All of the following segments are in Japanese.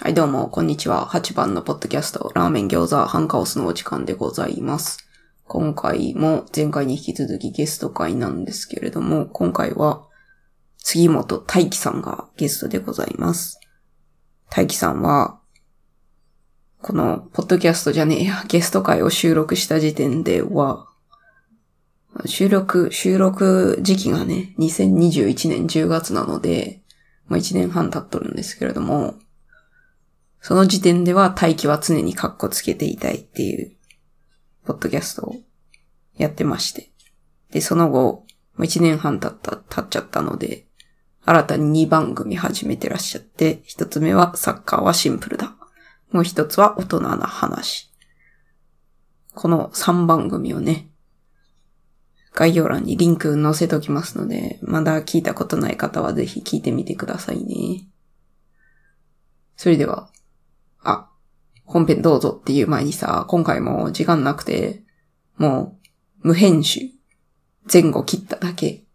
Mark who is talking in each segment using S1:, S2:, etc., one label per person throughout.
S1: はい、どうも、こんにちは。8番のポッドキャスト、ラーメン餃子、ハンカオスのお時間でございます。今回も前回に引き続きゲスト会なんですけれども、今回は杉本大輝さんがゲストでございます。大輝さんは、この、ポッドキャストじゃねえや、ゲスト会を収録した時点では、収録、収録時期がね、2021年10月なので、まあ1年半経っとるんですけれども、その時点では大気は常にカッコつけていたいっていう、ポッドキャストをやってまして。で、その後、もう1年半経った、経っちゃったので、新たに2番組始めてらっしゃって、1つ目はサッカーはシンプルだ。もう1つは大人な話。この3番組をね、概要欄にリンク載せときますので、まだ聞いたことない方はぜひ聞いてみてくださいね。それでは、あ、本編どうぞっていう前にさ、今回も時間なくて、もう、無編集。前後切っただけ。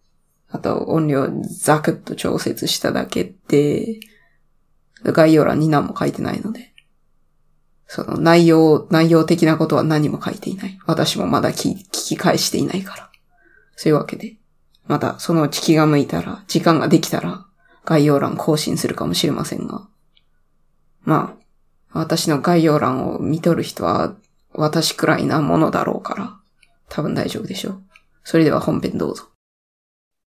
S1: あと、音量ザクッと調節しただけって、概要欄に何も書いてないので。その内容、内容的なことは何も書いていない。私もまだ聞聞き返していないから。そういうわけで。また、そのうち気が向いたら、時間ができたら、概要欄更新するかもしれませんが。まあ、私の概要欄を見とる人は私くらいなものだろうから、多分大丈夫でしょう。それでは本編どうぞ。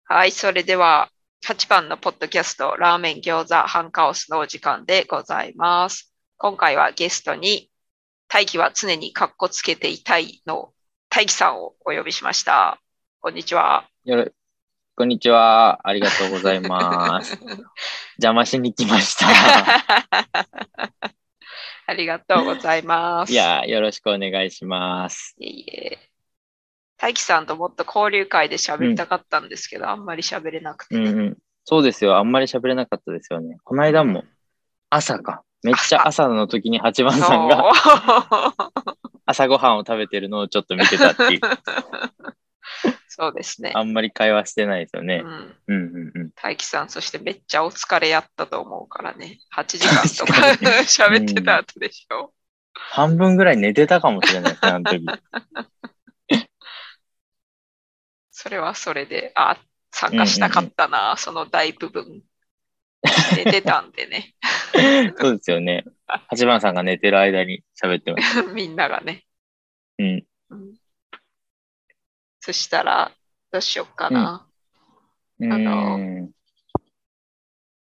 S2: はい、それでは8番のポッドキャスト、ラーメン餃子ハンカオスのお時間でございます。今回はゲストに、大輝は常にカッコつけていたいの大輝さんをお呼びしました。こんにち は。
S3: よろ、こんにちは。ありがとうござい ます。邪魔しに来ました。
S2: ありがとうございます。
S3: いやー、よろしくお願いします。
S2: いえいえ。大輝さんともっと交流会で喋りたかったんですけど、あんまり喋れなくて
S3: うん
S2: ね、
S3: うん。そうですよ。あんまり喋れなかったですよね。この間も、朝か。めっちゃ朝の時に八番
S2: そう
S3: さんが朝ごはんを食べてるのをちょっと見てたって いう。
S2: そうですね。
S3: あんまり会話してないですよね
S2: う。ん
S3: うんうんうん。
S2: 大輝さん、そしてめっちゃお疲れやったと思うからね。8時間とか
S3: 確か に
S2: 喋ってた後でしょ。
S3: 半分ぐらい寝てたかもしれないですね、あの 時。
S2: それはそれで、あ、参加したかったな、その大部分。で出たんでね、
S3: そうですよね。八番さんが寝てる間に喋ってました。
S2: みんながね。
S3: うん。
S2: うんそしたら、どうしよっかな。
S3: うん
S2: あの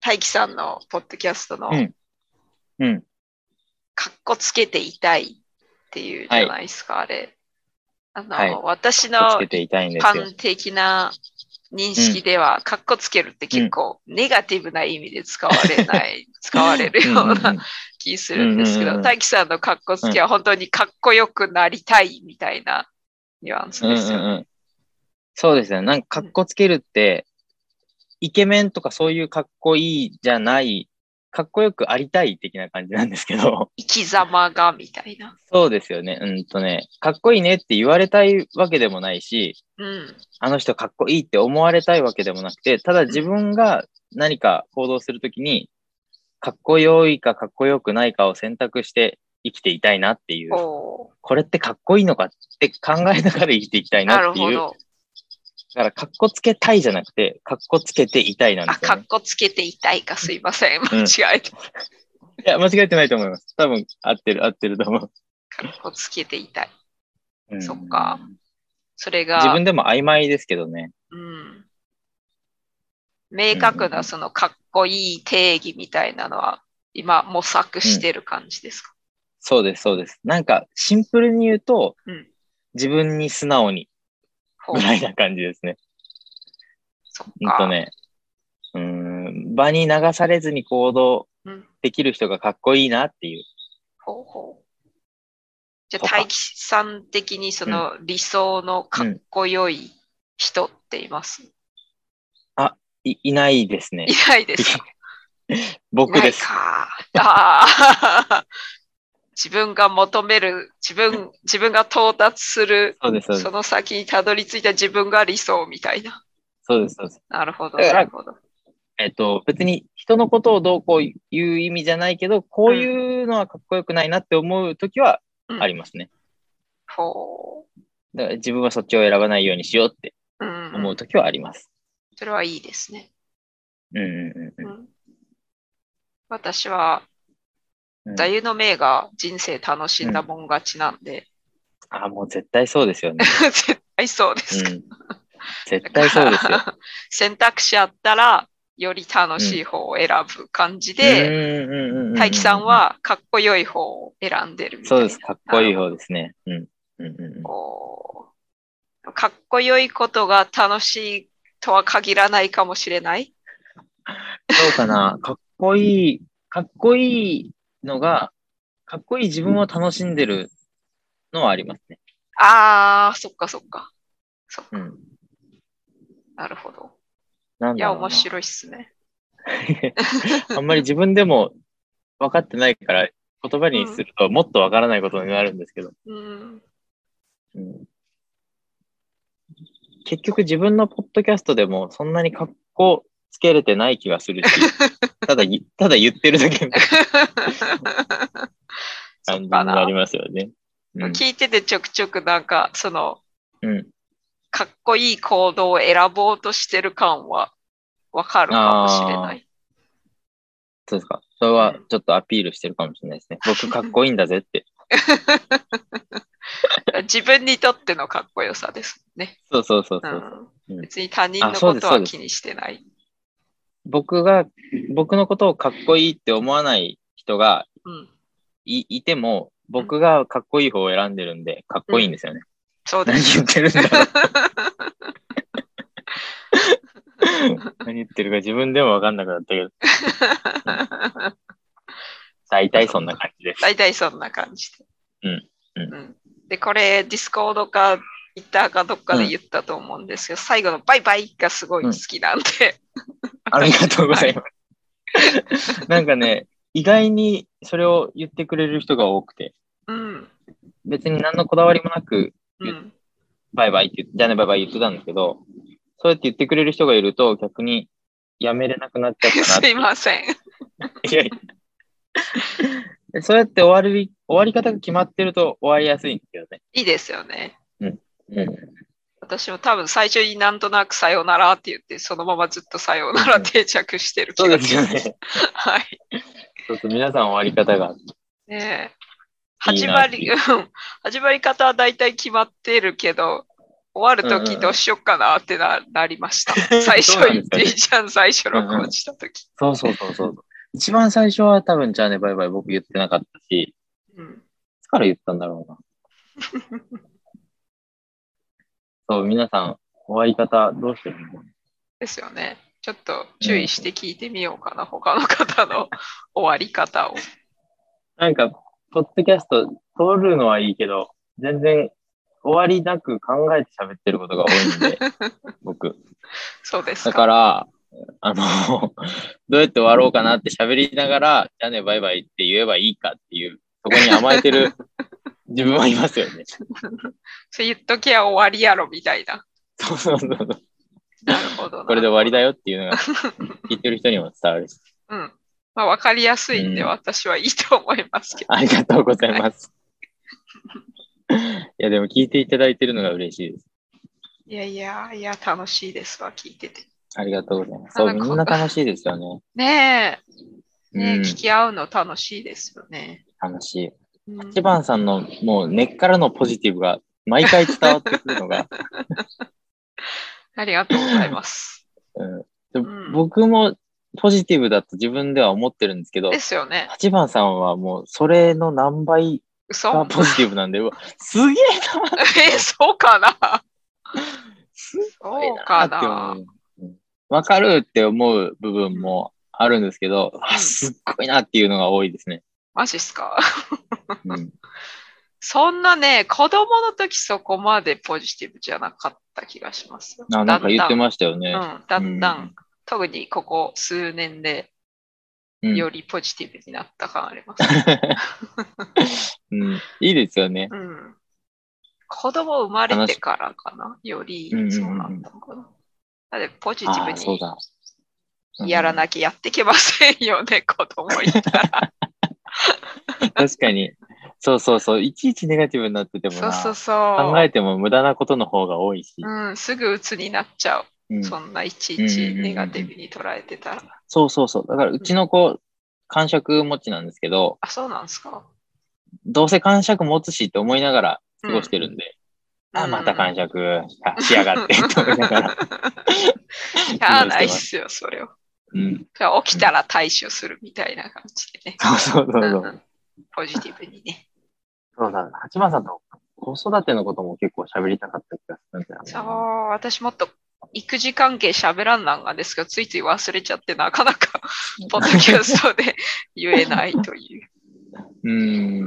S2: 大輝さんのポッドキャストの、
S3: うんうん
S2: かっこつけていたいっていうじゃないですか、あれ。あの、
S3: はい
S2: 私
S3: 気をつ
S2: の
S3: けていたいん
S2: 一
S3: ですよ。
S2: 般的な認識では、かっこつけるって結構ネガティブな意味で使われない、 使われるよう
S3: うんうんう
S2: なん気するんですけ
S3: うんうんう
S2: ど、
S3: ん
S2: 大輝さんのかっこつけは本当にかっこよくなりたいみたいなニュアンスですよね。
S3: うんうんうん、そうですね。なんか、かっこつけるって、イケメンとかそういうかっこいいじゃない、かっこよくありたい的な感じなんですけど、
S2: 生き様がみたいな。
S3: そうですよね。うんとね、かっこいいねって言われたいわけでもないし、
S2: うん。
S3: あの人かっこいいって思われたいわけでもなくて、ただ自分が何か行動するときに、かっこよいかかっこよくないかを選択して生きていたいなっていう、
S2: お
S3: これってかっこいいのかって考えながら生きていきたい
S2: ーな
S3: な
S2: る
S3: ってい
S2: ほ
S3: う
S2: ど。
S3: だから、かっこつけたいじゃなくて、かっこつけていたいなんで
S2: あ、
S3: す
S2: かっ
S3: よ、ね。
S2: こつけていたいか、すいません。間違
S3: ん
S2: えて。
S3: いや、間違えてないと思います。多分、合ってる、合ってると思う。
S2: かっこつけていたい。
S3: うん
S2: そっか。それが、
S3: 自分でも曖昧ですけどね。
S2: うん明確
S3: うんうんう
S2: なんそのかっこいい定義みたいなのは今模索してる感じですか、
S3: そうです、そうです。なんか、シンプルに言うと、
S2: うん
S3: 自分に素直に
S2: ほう
S3: ぐらいな感じですね。
S2: そ っ
S3: うん
S2: か、
S3: とね。うーん、場に流されずに行動
S2: うん
S3: できる人がかっこいいなっていう。
S2: ほうほうじゃあ
S3: そっか
S2: 大輝さん的にその理想のかっこよい人っています、
S3: いいないですね
S2: い。ないですかい
S3: 僕
S2: な
S3: で
S2: い
S3: す。
S2: かあー 自分が求める自 分自分が到達する
S3: そうです、そうです
S2: そ。の先にたどり着いた自分が理想みたいな
S3: そうです、そうです。
S2: なるほど
S3: だか
S2: な
S3: ら
S2: るほど
S3: えっと、別に人のことをどうこういう意味じゃないけど、こういうのはかっこよくないなって思うときはありますね。
S2: ほ
S3: だから自分はそっちを選ばないようにしようって
S2: う。うん。
S3: 思うときはあります。
S2: それはいいですね。
S3: うんうんうん
S2: うん、私は、
S3: うん。
S2: 座右の銘が人生楽しんだもん勝ちなんで、
S3: あ、もう絶対そうですよね。
S2: 絶対そうで
S3: う
S2: す。
S3: ん。絶対そうですよ
S2: だ。から 選択肢あったら、より楽しい方を選ぶ感じで、
S3: うんうんうんうんうん
S2: 大樹さん、はかっこよい方を選んでるみたい
S3: そう
S2: な。
S3: です。かっこいい方ですね。うん。うんうんうん
S2: こう、かっこよいことが楽しいとは限らないかもしれない。
S3: そうかな。かっこいい、かっこいいのが、かっこいい自分を楽しんでるのはありますね。
S2: あー、そっかそっか。そっか
S3: うん。
S2: なるほど。
S3: なん
S2: い
S3: だ
S2: や、
S3: ろうな
S2: 面白いっすね。
S3: あんまり自分でも分かってないから、言葉にするともっと分からないことになるんですけど、
S2: うん。
S3: うん結局自分のポッドキャストでもそんなに格好つけれてない気がする し、ただい、ただ言ってるだけみたいな感
S2: そ
S3: じ
S2: っ
S3: に
S2: かな
S3: なりますよね。うん
S2: 聞いててちょくちょくなんか、その、
S3: うん。
S2: かっこいい行動を選ぼうとしてる感はわかるかもしれない。
S3: そうですか。それはちょっとアピールしてるかもしれないですね。僕かっこいいんだぜって。
S2: 自分にとってのかっこよさですね。
S3: そうそうそう
S2: う
S3: そう。
S2: ん
S3: うん
S2: 別に他人の
S3: あそう
S2: こ
S3: です
S2: とは気にしてない。
S3: 僕が、僕のことをかっこいいって思わない人が
S2: うん。
S3: いいても、僕がかっこいい方を選んでるんで、かっこいいんですよね。
S2: そうで
S3: 何
S2: す。
S3: 言ってるんだろう。何言ってるか自分でもわかんなくなったけど、大体そんな感じで す。
S2: 大体そんな感じで。
S3: うんうん
S2: うんで、これ、ディスコードか、イッターかどっかで言ったと思うんですけど、最後のバイバイがすごい好きなんで、
S3: ありがとうございます。なんかね、意外にそれを言ってくれる人が多くて、
S2: うん。
S3: 別に何のこだわりもなく、
S2: うん。
S3: バイバイって言って、じゃあねバイバイ言ってたんですけど、そうやって言ってくれる人がいると逆にやめれなくなっちゃったなっ
S2: す
S3: て
S2: いません。
S3: いやいやそうやって終わり、終わり方が決まってると終わりやすいんですよね。
S2: いいですよね。
S3: うん。
S2: 私も多分最初になんとなくさよならって言って、そのままずっとさよなら定着してる
S3: そう
S2: 気が
S3: で
S2: し
S3: すよ
S2: ます。
S3: ね。
S2: はい。
S3: ちょっと皆さん終わり方が。
S2: ねえ
S3: いい
S2: 始
S3: な
S2: ま
S3: って
S2: り、
S3: い
S2: うん始まり方は大体決まってるけど、終わると
S3: うんう
S2: き
S3: ん
S2: どうしよっかなってな,、なりました。最初言っていいじゃん、最初録音したとき。
S3: そうそうそうそう。一番最初は多分じゃあね、バイバイ僕言ってなかったし、
S2: うん
S3: いつから言ったんだろうな。そう、皆さん終わり方どうしてるの
S2: ですよね。ちょっと注意して聞いてみようかな、他の方の終わり方を。
S3: なんか、ポッドキャスト撮るのはいいけど、全然終わりなく考えて喋ってることが多いんで、僕。
S2: そうです
S3: だ
S2: か。
S3: から、あの、 どうやって終わろうかなって喋りながら、じゃあね、バイバイって言えばいいかっていう、そこに甘えてる自分はいますよね。
S2: そう言っときゃ終わりやろみたいな。
S3: そうそうそうそう。
S2: なるほどな。
S3: これで終わりだよっていうのが、聞いてる人にも伝わるし。
S2: うん。まあ、わかりやすいんで、
S3: うん
S2: 私はいいと思いますけど。
S3: ありがとうございます。いや、でも聞いていただいてるのが嬉しいです。
S2: いやいや、いや、楽しいですわ、聞いてて。
S3: ありがとうございます。そう、
S2: あの
S3: みんな楽しいですよね。
S2: ねえ、ねえ
S3: うん、
S2: 聞き合うの楽しいですよね。
S3: 楽しい。
S2: うん
S3: 一番さんのもう根っからのポジティブが毎回伝わってくるのが、
S2: ありがとうございます。
S3: うんで
S2: うん
S3: 僕もポジティブだと自分では思ってるんですけど
S2: で、すよね。
S3: 8番さんはもうそれの何倍
S2: 嘘
S3: がポジティブなんで、うわすげえな、
S2: え、そうかな
S3: す
S2: そう
S3: ご
S2: か
S3: いなって思
S2: な
S3: う。うんわかるって思う部分もあるんですけど、あすっごいなっていうのが多いですね。
S2: マジっすか
S3: うん、
S2: そんなね、子供の時そこまでポジティブじゃなかった気がしますよ。
S3: あなんか言って
S2: す
S3: ましたよね。
S2: うん、だんだん、
S3: うん
S2: 特にここ数年で
S3: うん
S2: よりポジティブになった感あります。
S3: うんいいですよね。
S2: うん。子供生まれてからかな、より
S3: うんうんうんう、ん
S2: そうなんだかな。だってポジティ
S3: あ
S2: ブ
S3: あ、そう
S2: に
S3: だ。
S2: やらなきゃやってけませんよね、子供 いたら。
S3: 確かに。そうそうそう。いちいちネガティブになってても
S2: そ
S3: な
S2: うそうそ
S3: 考えても無駄なことの方が多いし。
S2: う。うん、すぐ鬱になっちゃう。
S3: うん
S2: そんないちいちネガティブに捉えてたら。
S3: そうそうそう。だからうちの子、感触持ちなんですけど、
S2: あ、そうなんですか。
S3: どうせ感触持つしって思いながら
S2: う
S3: 過
S2: ん
S3: ごしてるんで、
S2: うん
S3: あ、また感触し やがって、 と思いながら。
S2: しゃあないっすよ、それを。
S3: うん。
S2: じゃあ起きたら対処するみたいな感じ でね。
S3: そうそうそうそう。
S2: うんうんポジティブにね。
S3: そうだ、八幡さんと子育てのことも結構喋りたかった気がするんだよね。
S2: そう、私もっと育児関係喋らんなんがですけど、ついつい忘れちゃって、なかなか、ポッドキャストで言えないという。
S3: うーんう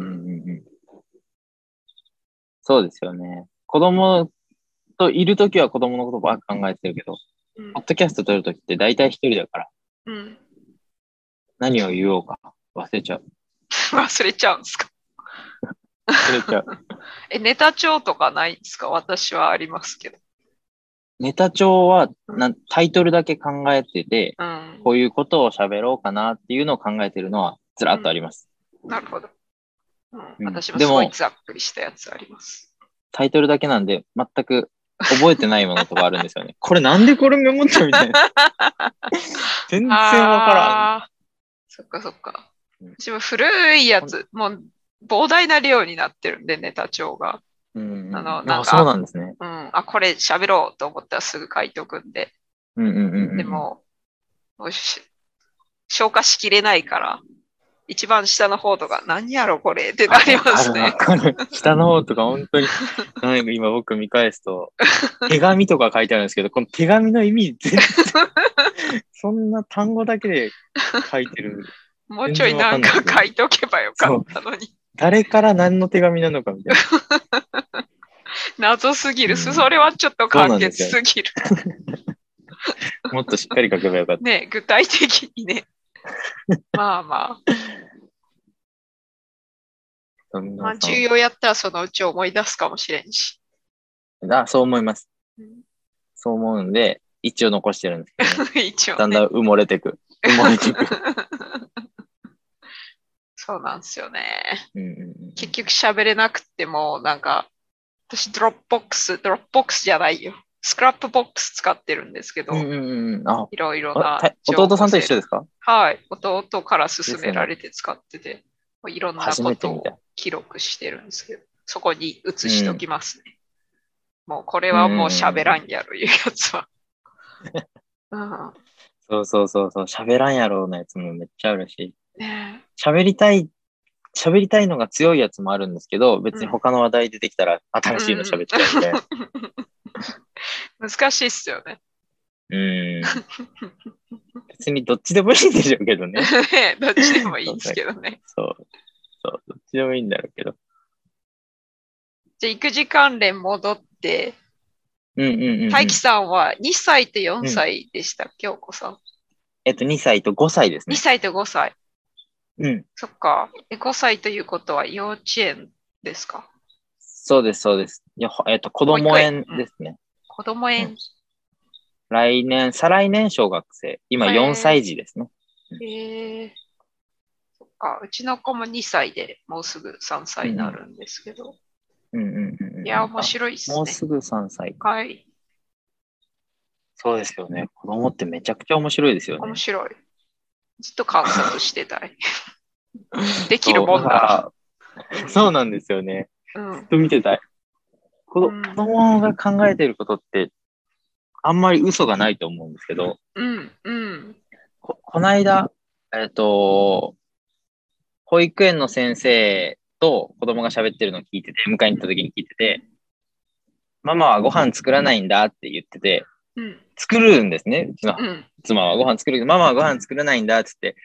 S3: んうん。そうですよね。子供といるときは子供のことばっか考えてるけど、
S2: うん
S3: ポッドキャスト撮るときって大体一人だから、
S2: うん、
S3: 何を言おうか忘れちゃう。
S2: 忘れちゃうんですか。
S3: 忘れちゃう。
S2: え、ネタ帳とかないんですか私はありますけど。
S3: ネタ帳はなんタイトルだけ考えてて、
S2: うん。
S3: こういうことを喋ろうかなっていうのを考えてるのはずらっとあります。
S2: なるほど。うん
S3: うん
S2: 私も
S3: ですも
S2: ごいざっくりしたやつあります。
S3: タイトルだけなんで全く覚えてないものとかあるんですよね。これなんでこれメモったみたいな。全然わからん。
S2: あーそっかそっか
S3: うん。
S2: 私も古いやつ、もう膨大な量になってるんで、ネタ帳が。
S3: うんうん
S2: あの
S3: あ
S2: なんか
S3: そうなんですね。
S2: うん、あ、これ喋ろうと思ったらすぐ書いとくんで、
S3: うんうんうんうん。
S2: でも、もうし消化しきれないから、一番下の方とか、何やろこれってなりますね。
S3: あるわかる下の方とか本当に、なんか今僕見返すと、手紙とか書いてあるんですけど、この手紙の意味全然、そんな単語だけで書いてる。
S2: もうちょいなんか
S3: 全然わかんない
S2: 書いとけばよかったのに。
S3: 誰から何の手紙なのかみたいな。
S2: 謎すぎる。
S3: うん
S2: それはちょっと簡潔すぎる。
S3: もっとしっかり書けばよかった。
S2: ね具体的に ね。まあまあ。
S3: そんな
S2: まあ、重要やったらそのうち思い出すかもしれんし。
S3: あそう思います
S2: うん。
S3: そう思うんで、一応残してるんですけどね、
S2: 一
S3: だ
S2: 応
S3: ん
S2: ね。
S3: だん埋もれて く。埋もれてく。
S2: そうなんですよね。
S3: うんうんうん
S2: 結局喋れなくても、なんか、私ドロップボックス、ドロップボックスじゃないよ。スクラップボックス使ってるんですけど、
S3: うんうんうん。あ
S2: いろいろ
S3: あ
S2: な
S3: た弟さんと一
S2: で
S3: 緒ですか
S2: はい。弟から勧められて使ってて、もういろんな
S3: 初
S2: こ
S3: めて
S2: と
S3: 見
S2: を
S3: た。
S2: 記録してるんですけど、そこに移しときますね。もうこれはもう喋らんやろ、いうやつは。うん。
S3: そうそうそうそう。喋らんやろうなやつもめっちゃあるし。
S2: ね
S3: 喋りたい、喋りたいのが強いやつもあるんですけど、別に他の話題出てきたら新しいの喋っちゃうみたいな。
S2: え 難しいっすよね。
S3: うん。別にどっちでもいいんでしょうけどね。
S2: ねどっちでもいいんですけどね。
S3: そう。そう。どっちでもいいんだろうけど。
S2: じゃあ育児関連戻って、
S3: うんうんうんうん、
S2: 大輝さんは2歳と4歳でしたっけ、お子さん。
S3: えっと、2歳と5歳です
S2: 2
S3: ね。
S2: 歳と5歳。
S3: うん。
S2: そっか。え5歳ということは幼稚園ですか
S3: そうです、そうです。いやほえっと、子供園ですね。
S2: 子供園。
S3: 来年、再来年小学生。今
S2: へー
S3: 4歳児ですね。
S2: えーそっか。うちの子も2歳でもうすぐ3歳になるんですけど。
S3: うんうんうんうん。
S2: いや、面白いっす
S3: もう
S2: ね。
S3: すぐ3歳。
S2: はい。
S3: そうですよね。子供ってめちゃくちゃ面白いですよね
S2: 面。白い。ずっと観察してた い。できるもんなら。
S3: そう。そうなんですよね。
S2: うん
S3: ずっ。と見てたい。子ど
S2: うん
S3: 子供が考えてることって、あんまり嘘がないと思うんですけど、
S2: うん。うん。
S3: ここないだ、えっ、と、保育園の先生と子供が喋ってるのを聞いてて、迎えに行った時に聞いてて、ママはご飯作らないんだって言ってて、
S2: うん。
S3: 作るんですね、うちの
S2: うん。
S3: 妻はご飯作るけど、ママはご飯作らないんだってって、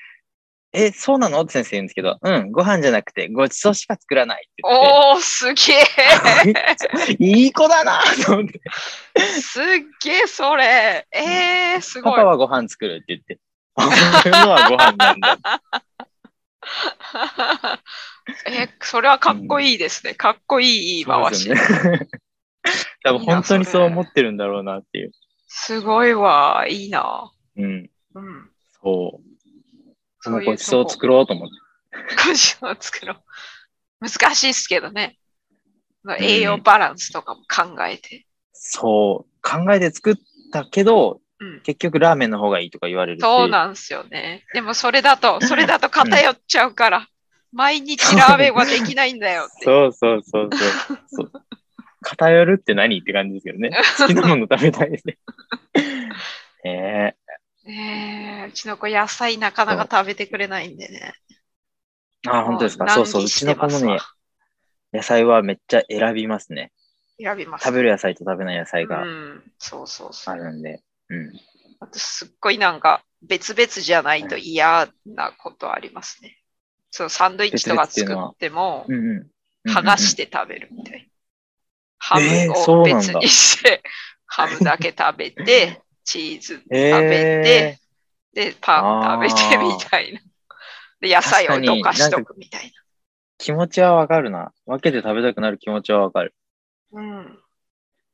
S3: え、そうなのって先生言うんですけど、うん、ご飯じゃなくて、ごちそうしか作らないって言って
S2: おー、すげえ
S3: て、 いい子だなと思って、
S2: すっげえ、それ。えー、す
S3: パ
S2: ごい
S3: パ。はご飯作るって言って、 俺のはご飯なんだ。
S2: え、それはかっこいいですね。かっこいい言い回し。
S3: そうですよ ね多分本当にそう思ってるんだろうなっていう。
S2: すごいわ。いいな。
S3: うん。
S2: うん。
S3: そう。
S2: そ
S3: そ
S2: う
S3: の
S2: いうとこ
S3: ごちそうを作ろうと思って。
S2: ごちそうを 作ろう。難しいですけどね。栄養バランスとかも考えて。
S3: そう。考えて作ったけど、
S2: うん
S3: 結局ラーメンの方がいいとか言われるし。
S2: そうなんですよね。でもそれだと、それだと偏っちゃうから、毎日ラーメンはできないんだよって。
S3: そうそうそうそう。そう偏るって何って感じですけど ね。好きなもの食べたいですね。ね
S2: ねえうちの子野菜なかなか食べてくれないんでね。
S3: えあ、本当ですか。そうそう。うちの子もね
S2: ね、。
S3: 野菜はめっちゃ選びますね。
S2: 選びます。
S3: 食べる野菜と食べない野菜
S2: う
S3: が
S2: ん、そうそうそ
S3: あ
S2: う。
S3: るんで。うん。
S2: あとすっごいなんか別々じゃないと嫌なことありますね。そのサンドイッチとか
S3: 別々って
S2: 作
S3: いうの
S2: っ
S3: は
S2: ても
S3: うんうん。
S2: 剥がして食べるみたいな。ハ
S3: えー
S2: ム
S3: そ
S2: を
S3: うなん
S2: 別
S3: だ
S2: にして、ハムだけ食べ て、チーズ食べ
S3: うんうん。
S2: て
S3: え、
S2: で、パン食べて
S3: あー
S2: みたいな。で、野菜をどかしとくみたい
S3: ー、気持ちはわかるな。分けて食べたくなる気持ちはわかる。
S2: な。うん。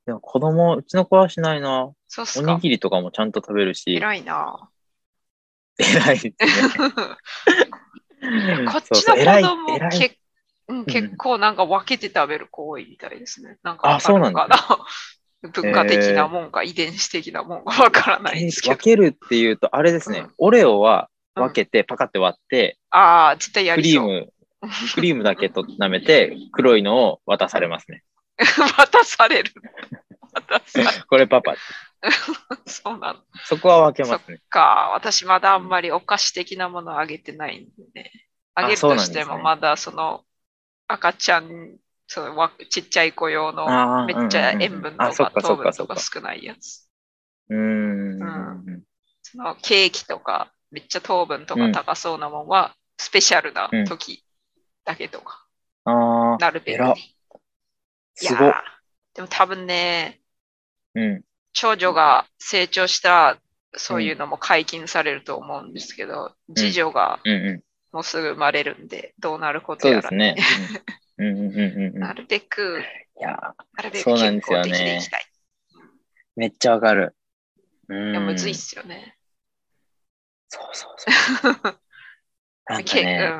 S3: でも子供、うちの子はしないな。お
S2: そうっす
S3: に
S2: か。
S3: ぎりとかもちゃんと食べるし。
S2: 偉いな。
S3: 偉いですね。
S2: こっ
S3: そう
S2: ち
S3: そ
S2: の
S3: う偉
S2: 子
S3: い
S2: 供
S3: 偉い
S2: けうん結構なんか分けて食べる子多いみたいですね。なんか
S3: あそうなん
S2: わ
S3: だ
S2: かるかな 文化的なもんか遺伝子的なもんかわからないですけど
S3: 分。けるっていうと、あれですね、
S2: うん
S3: オレオは分けて、パカって割って、
S2: ああ、絶対や
S3: ク
S2: り
S3: リー
S2: そう。
S3: ム、 クリームだけと舐めて、黒いのを渡されま すね。
S2: 渡される。渡される。
S3: これパパ。
S2: そうなの
S3: そこは分けますね。
S2: か。私まだあんまりお菓子的なものあげてないんでね。あげる
S3: そう
S2: と
S3: なん
S2: し
S3: ですね
S2: てもまだその赤ちゃん、そのわちっちゃい子用の
S3: あ
S2: め
S3: ー
S2: っちゃ塩分と
S3: あ、そっ
S2: か
S3: かそ
S2: 糖
S3: っか
S2: 分
S3: そ
S2: と
S3: っか
S2: か。少ないやつ。
S3: うーん。
S2: そのケーキとか、めっちゃ糖分とか高そうなもんは、スペシャルな時だけとか、
S3: ああ、
S2: なるべく、
S3: 偉っ
S2: ね。い
S3: す
S2: や
S3: ごっ
S2: ー。でも多分ね、
S3: うん。
S2: 長女が成長したら、そういうのも解禁されると思うんですけど、次女が
S3: うんうん。
S2: もうすぐ生まれるんで、どうなること
S3: そう
S2: や
S3: で
S2: ら
S3: す。ね。 うんうんうんうんうん。
S2: ないるべく、
S3: やー、
S2: なるべく
S3: そうな
S2: 健
S3: んですよ
S2: 康
S3: ね
S2: 的でいきたい。
S3: めっちゃわかる。うーん。
S2: いやむずいっすよね。
S3: そうそうそう。 なんか
S2: け
S3: ね。
S2: う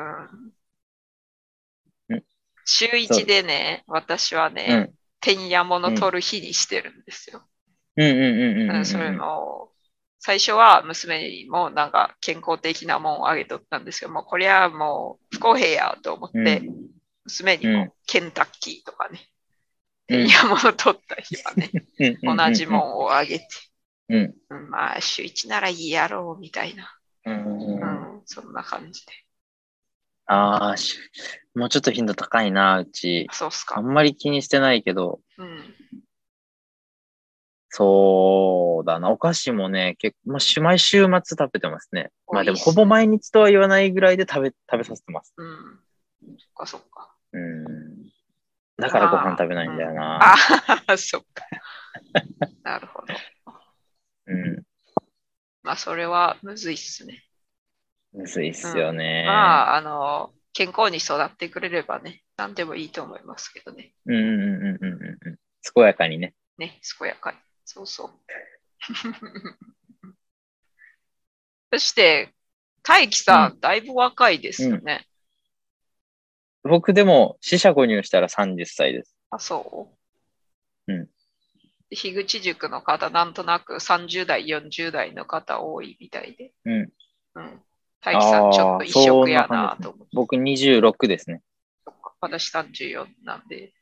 S3: うんん、
S2: 週
S3: そ
S2: 1
S3: う
S2: でね、私はね、
S3: うん。
S2: てんやもの取る日にしてるんですよ。
S3: うんうんうんうんうんう。
S2: うんんそれも、最初は娘にもなんか健康的なもんをあげとったんですけど、もうこれはもう不公平やと思って、
S3: うん
S2: 娘に
S3: うん
S2: もケンタッキーとかね、
S3: う
S2: てん
S3: ん
S2: やもの取った日はね、
S3: うんうんうんうん
S2: 同じもんをあげて、
S3: うん
S2: うんまあ週1ならいいやろうみたいな、
S3: うんうん
S2: う
S3: うん。
S2: んそんな感じで。
S3: ああ、しもうちょっと頻度高いな、うち。
S2: そうっす
S3: あ
S2: か
S3: ん。まり気にしてないけど、
S2: うん、
S3: そうだな。お菓子もね、結構、まあし、毎週末食べてますね。まあで
S2: 多
S3: も、
S2: いっす
S3: ほぼ毎日とは言わないぐらいで食べ、食べさせてます。
S2: うん。そっかそっか。
S3: うん。だからご飯食べないんだよな。
S2: ああ、そっか。なるほど。
S3: うん。
S2: まあそれはむずいっすね。
S3: むずいっすよね。
S2: まあ、あの、健康に育ってくれればね、何でもいいと思いますけどね。
S3: うんうんうんうんうんうん。健やかにね。
S2: ね、健やかに。そうそう。 そして、大輝さん、だいぶ若いですよね。
S3: 僕でも、死者誤入したら30歳です。
S2: あ、そう。
S3: うん。
S2: 樋口塾の方、なんとなく30代、40代の方多いみたいで。
S3: うん。
S2: うん。大輝さん、ちょっと異色やなと思って。
S3: 僕26ですね。
S2: 私34なんで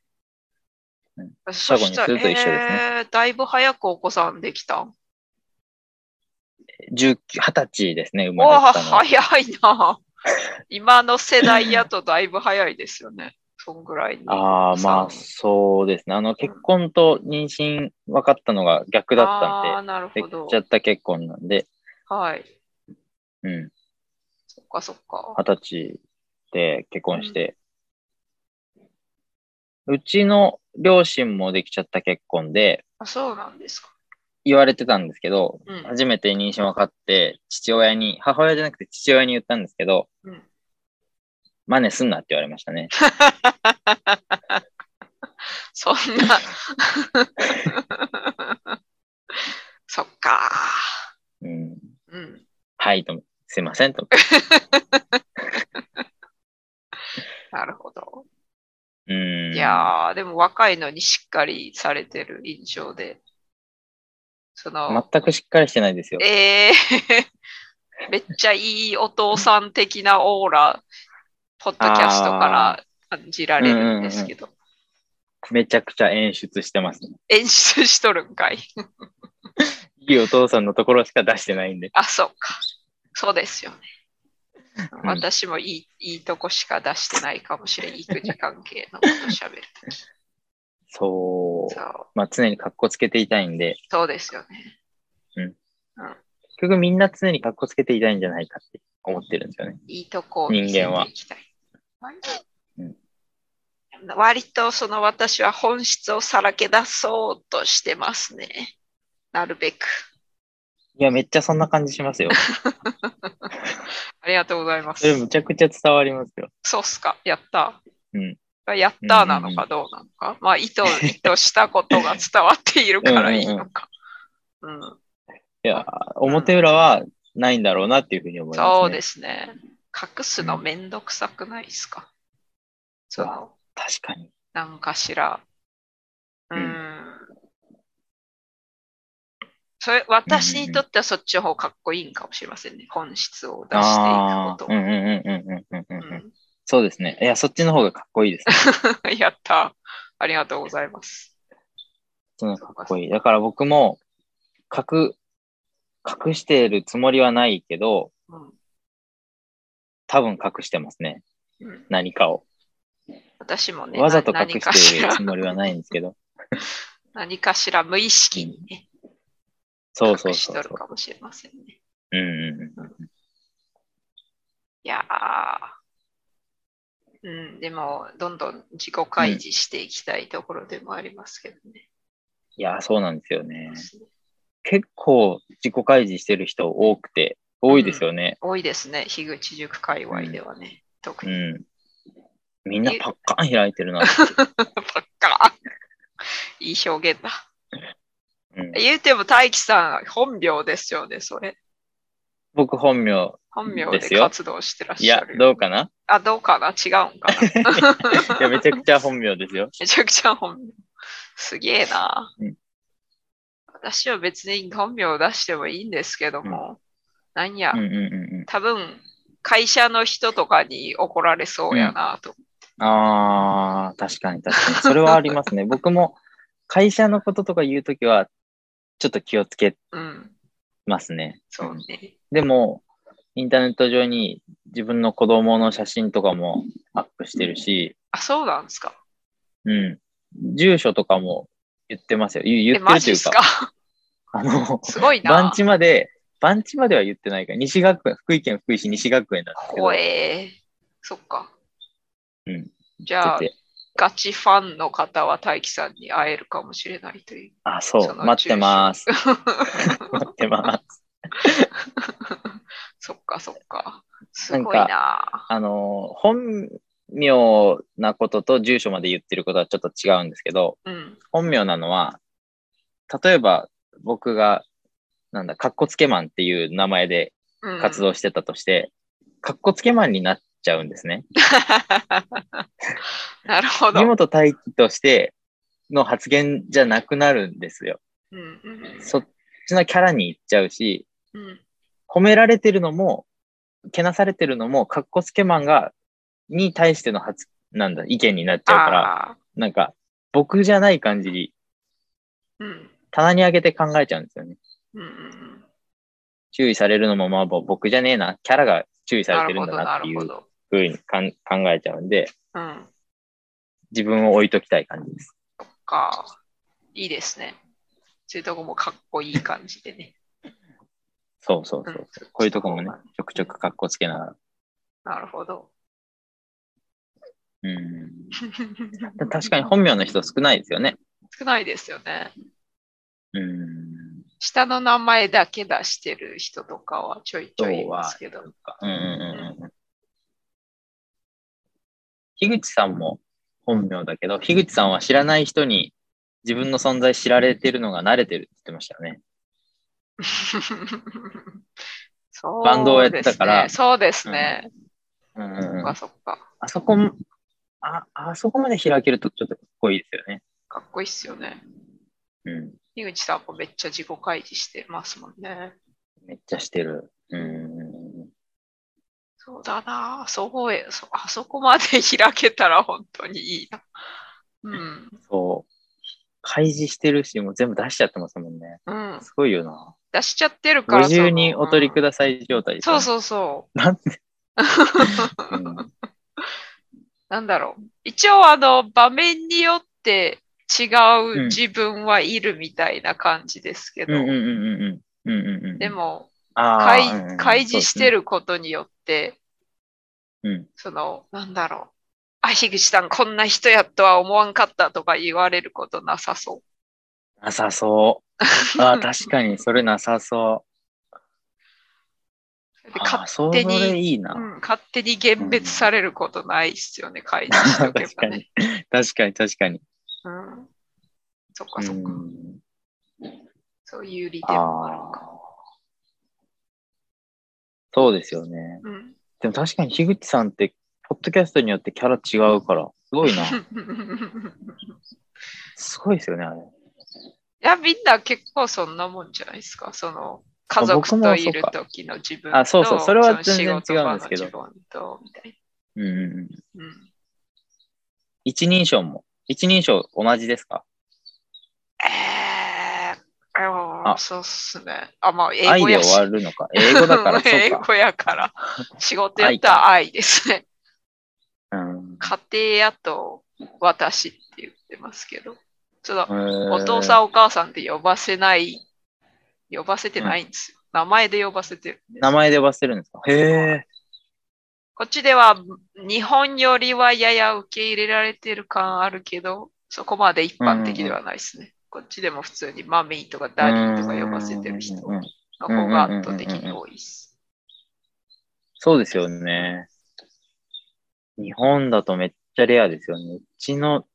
S3: うん。
S2: そした
S3: 最
S2: ら、
S3: 後にすると一緒です
S2: えーだいぶ早くお子さんできたん。
S3: 19 20歳ですね、生
S2: おお、
S3: まれたのは。
S2: 早いな。今の世代やとだいぶ早いですよね。そんぐらいに。
S3: ああ、まあ、そうですね。あの、結婚と妊娠分かったのが逆だ
S2: あ
S3: った
S2: あ、
S3: ん
S2: なる
S3: で、
S2: ほ
S3: で
S2: ど
S3: きち。ゃった結婚なんで、
S2: はい。
S3: うん、
S2: そっかそっか。
S3: 二十歳で結婚して、うちの両親もできちゃった結婚で、
S2: あそうなんですか。
S3: 言われてたんですけど、
S2: うん。
S3: 初めて妊娠分かって、父親に、母親じゃなくて父親に言ったんですけど、
S2: うん
S3: 真似すんなって言われましたね。
S2: そんな。 そっか。
S3: うん、
S2: うん。
S3: はい、と思って。せんと思って。
S2: なるほど。
S3: うん。
S2: いやー、でも若いのにしっかりされてる印象で。その、
S3: 全くしっかりしてないですよ。
S2: えー、 めっちゃいいお父さん的なオーラ、ポッドキャストから感じられるんですけど。
S3: めちゃくちゃ演出してます、ね。
S2: 演出しとるんかい。
S3: いいお父さんのところしか出してないんで。
S2: あ、そうか。そうですよね。
S3: うん
S2: 私もいいいいとこしか出してないかもしれん。育児関係のこと喋るとき。そう
S3: そ。
S2: う
S3: まあ常に格好つけていたいんで、
S2: そうですよね。
S3: 結局みんな常に格好つけていたいんじゃないかって思ってるんですよね。
S2: いいとこを見せていきたい。
S3: うん
S2: 割とその私は本質をさらけ出そうとしてますね。なるべく。
S3: いや、めっちゃそんな感じしますよ。
S2: ありがとうございま
S3: それ
S2: す。
S3: むちゃくちゃ伝わりますよ。
S2: そうっすか。やった。
S3: うん
S2: やったなのかどうなのか。まあ意図、意図したことが伝わっているからいいのか。うん、
S3: いや、表裏はないんだろうなっていうふうに思います、ね。
S2: そうですね。隠すのめんどくさくないですか。
S3: そう
S2: の
S3: 確かに。
S2: なんかしら。うーん。
S3: うん
S2: それ、私にとってはそっちの方かっこいいんかもしれませんね。本質を出してい
S3: あ
S2: く
S3: あ
S2: こと
S3: ー、うんうんうんうんうんうんうん。
S2: うん。
S3: そうですね。いや、そっちの方がかっこいいです、ね。
S2: やった。ありがとうございます。
S3: そっちの方がかっこいい。だから僕も、隠、隠してるつもりはないけど、
S2: うん
S3: 多分隠してますね。
S2: うん、
S3: 何かを。
S2: 私もね、
S3: わざと
S2: な何
S3: 隠
S2: か
S3: し
S2: して
S3: る
S2: ら
S3: つ、もりはないんですけど。
S2: 何かしら無意識にね、
S3: そうそう
S2: 隠し
S3: そ
S2: と
S3: う
S2: る
S3: そう。
S2: かもしれませんね。
S3: うんうんうん。
S2: いやーうん、でも、どんどん自己開示していきたいところでもありますけどね。
S3: いや、そうなんですよね。結構自己開示してる人多くて、多いですよね。
S2: 多いですね、樋口塾界隈ではね、特
S3: う
S2: に。
S3: ん。みんなパッカン開いてるなって。
S2: ばっか いい表現だ。
S3: うん、
S2: 言うても大輝さん、本名ですよね、それ。
S3: 僕本名、
S2: 本名
S3: で
S2: です
S3: よ
S2: 活動してらっ
S3: い
S2: しゃ
S3: や
S2: る。、
S3: どうかな
S2: あ、どうかな違うんかな
S3: いや、めちゃくちゃ本名ですよ。
S2: めちゃくちゃ本名。すげえな、
S3: うん
S2: 私は別に本名を出してもいいんですけども、なんや、
S3: うんうんうんう
S2: 多分、会社の人とかに怒られそうやなと。
S3: ん。あー、確かに確かに。それはありま すね。僕も会社のこととか言うときは、ちょっと気をつけ
S2: うん、
S3: ますね。
S2: そうね。
S3: でも、インターネット上に自分の子供の写真とかもアップしてるし、
S2: あ、そうなんですか。
S3: うん。住所とかも言ってますよ。言
S2: え、
S3: 言って
S2: マ
S3: ると
S2: ジ
S3: い
S2: っ
S3: う
S2: す
S3: か、
S2: か。
S3: あの、
S2: すごいな。
S3: 番地まで、番地までは言ってないから、西学園、福井県福井市西学園なんですけど、
S2: 怖え。そっか。
S3: うん
S2: じゃあ、
S3: 出て
S2: ガチファンの方は大輝さんに会えるかもしれないという。
S3: あ、そ、
S2: そうの
S3: 待ってます。 待
S2: そ
S3: ってます。
S2: っかそっか。すごいな。
S3: なんあの、本名なことと住所まで言ってることはちょっと違うんですけど、
S2: うん。
S3: 本名なのは、例えば僕が、なんだ、かっこつけマンっていう名前で
S2: うん、
S3: 活動してたとして、かっこつけマンになっちゃうんですね。
S2: なるほど。
S3: 湯本大輝としての発言じゃなくなるんですよ。
S2: うんうん
S3: そっちのキャラに行っちゃうし、
S2: うん
S3: 褒められてるのも、けなされてるのも、かっこつけマンが、に対しての発、なんだ、意見になっちゃうから、
S2: ああ
S3: なんか、僕じゃない感じに、
S2: ー、うん
S3: 棚に上げて考えちゃうんですよね。
S2: うんうん。
S3: 注意されるのも、まあ、ぼ僕じゃねえな、キャラが注意されてるんだなっていううん
S2: なるほ
S3: ふ
S2: ど、
S3: うにかん考えちゃうんで、
S2: なるほど。うん。
S3: 自分を置いときたい感じです。
S2: か。いいですね。そういうとこもかっこいい感じでね。
S3: そうそうそう。
S2: ん
S3: こういうとこもね、ちょくちょくかっこつけながら。
S2: なるほ ど。
S3: うん。確かに本名の人少ないですよね。
S2: 少ないですよね。
S3: うん。
S2: 下の名前だけ出してる人とかはちょいちょいいますけど。
S3: うんうんうんうん樋口さんも本名だけど、樋口さんは知らない人に自分の存在知られてるのが慣れてるって言ってましたよね。
S2: そう
S3: バンドをやってたから
S2: ですねそうですね。
S3: うん
S2: そっ
S3: うん、
S2: か
S3: あ
S2: そっか。
S3: そこもあ、あそこまで開けるとちょっとかっこいいですよね。
S2: かっこいいっすよね。
S3: うん。
S2: 井口さんもめっちゃ自己開示してますもんね。
S3: めっちゃしてる。うん。
S2: そうだなあそうえ、そあそこまで開けたら本当にいいな。うん。
S3: そう。開示してるし、もう全部出しちゃってますもんね。
S2: うん。
S3: すごいよな。
S2: 出しちゃってる
S3: ご
S2: から。
S3: 自由にお取りく
S2: だ
S3: ださい状態です
S2: そ
S3: よ
S2: う
S3: ね、。
S2: そうそう
S3: なんで、
S2: う。
S3: うん、
S2: なんだろう。一応、あの、場面によって違う自分はいるみたいな感じですけど、
S3: うんうんうんうんうんうんうん。
S2: でも、
S3: あ
S2: 開
S3: ー、うんうん
S2: 開示して
S3: る。
S2: ることによって、
S3: うん
S2: その、なんだろう。あ、樋口さん、こんな人やとは思わんかったとか言われることなさそ。
S3: なさそう。あー確かに、それなさそうう。
S2: で
S3: あー
S2: 勝
S3: そ
S2: 手
S3: れ
S2: に
S3: いいうな。
S2: ん、勝手に厳別されることないっすよね、開示しておけ
S3: 確か
S2: ばね
S3: に。。確かに、確かに。
S2: うん。そっ
S3: う
S2: かそっか。
S3: ん。
S2: そういう利点もある
S3: あ
S2: か。
S3: あ。そうですよね。
S2: うん。
S3: でも確かに樋口さんって、ポッドキャストによってキャラ違うから、すご いな。すごいですよね、あれ。
S2: いや、みんな結構そんなもんじゃないですか。その、家
S3: 僕も
S2: 族
S3: そう
S2: と
S3: か
S2: いる時の自分と、
S3: あそうそうそれは全然
S2: の仕事場の
S3: 違うんですけど
S2: 自分と、みたい
S3: うんうんうん。
S2: な。うん。
S3: 一人称も。一人称同じですか
S2: えー、あ
S3: あ
S2: そうっすね。あ、まあ、英
S3: 愛
S2: 語
S3: で
S2: やし
S3: 終わるのか。英語だから、そ
S2: 英
S3: うか。
S2: 語やから。仕事やったら愛ですね。
S3: うん
S2: 家庭やと私って言ってますけど。その、
S3: お
S2: お父さんお母さんって呼ばせない、呼ばせてないんですよ。名前で呼ばせてるんです
S3: 名前で呼ばせてるんですかへえ。
S2: こっちでは日本よりはやや受け入れられてる感あるけど、そこまで一般的ではないですね。こっちでも普通にマミーとかダーリンとか呼ばせてる人
S3: うんうん
S2: の
S3: うん
S2: 方
S3: うん
S2: が圧倒的に多いです。
S3: そうですよね。日本だとめっちゃレアですよね。うちの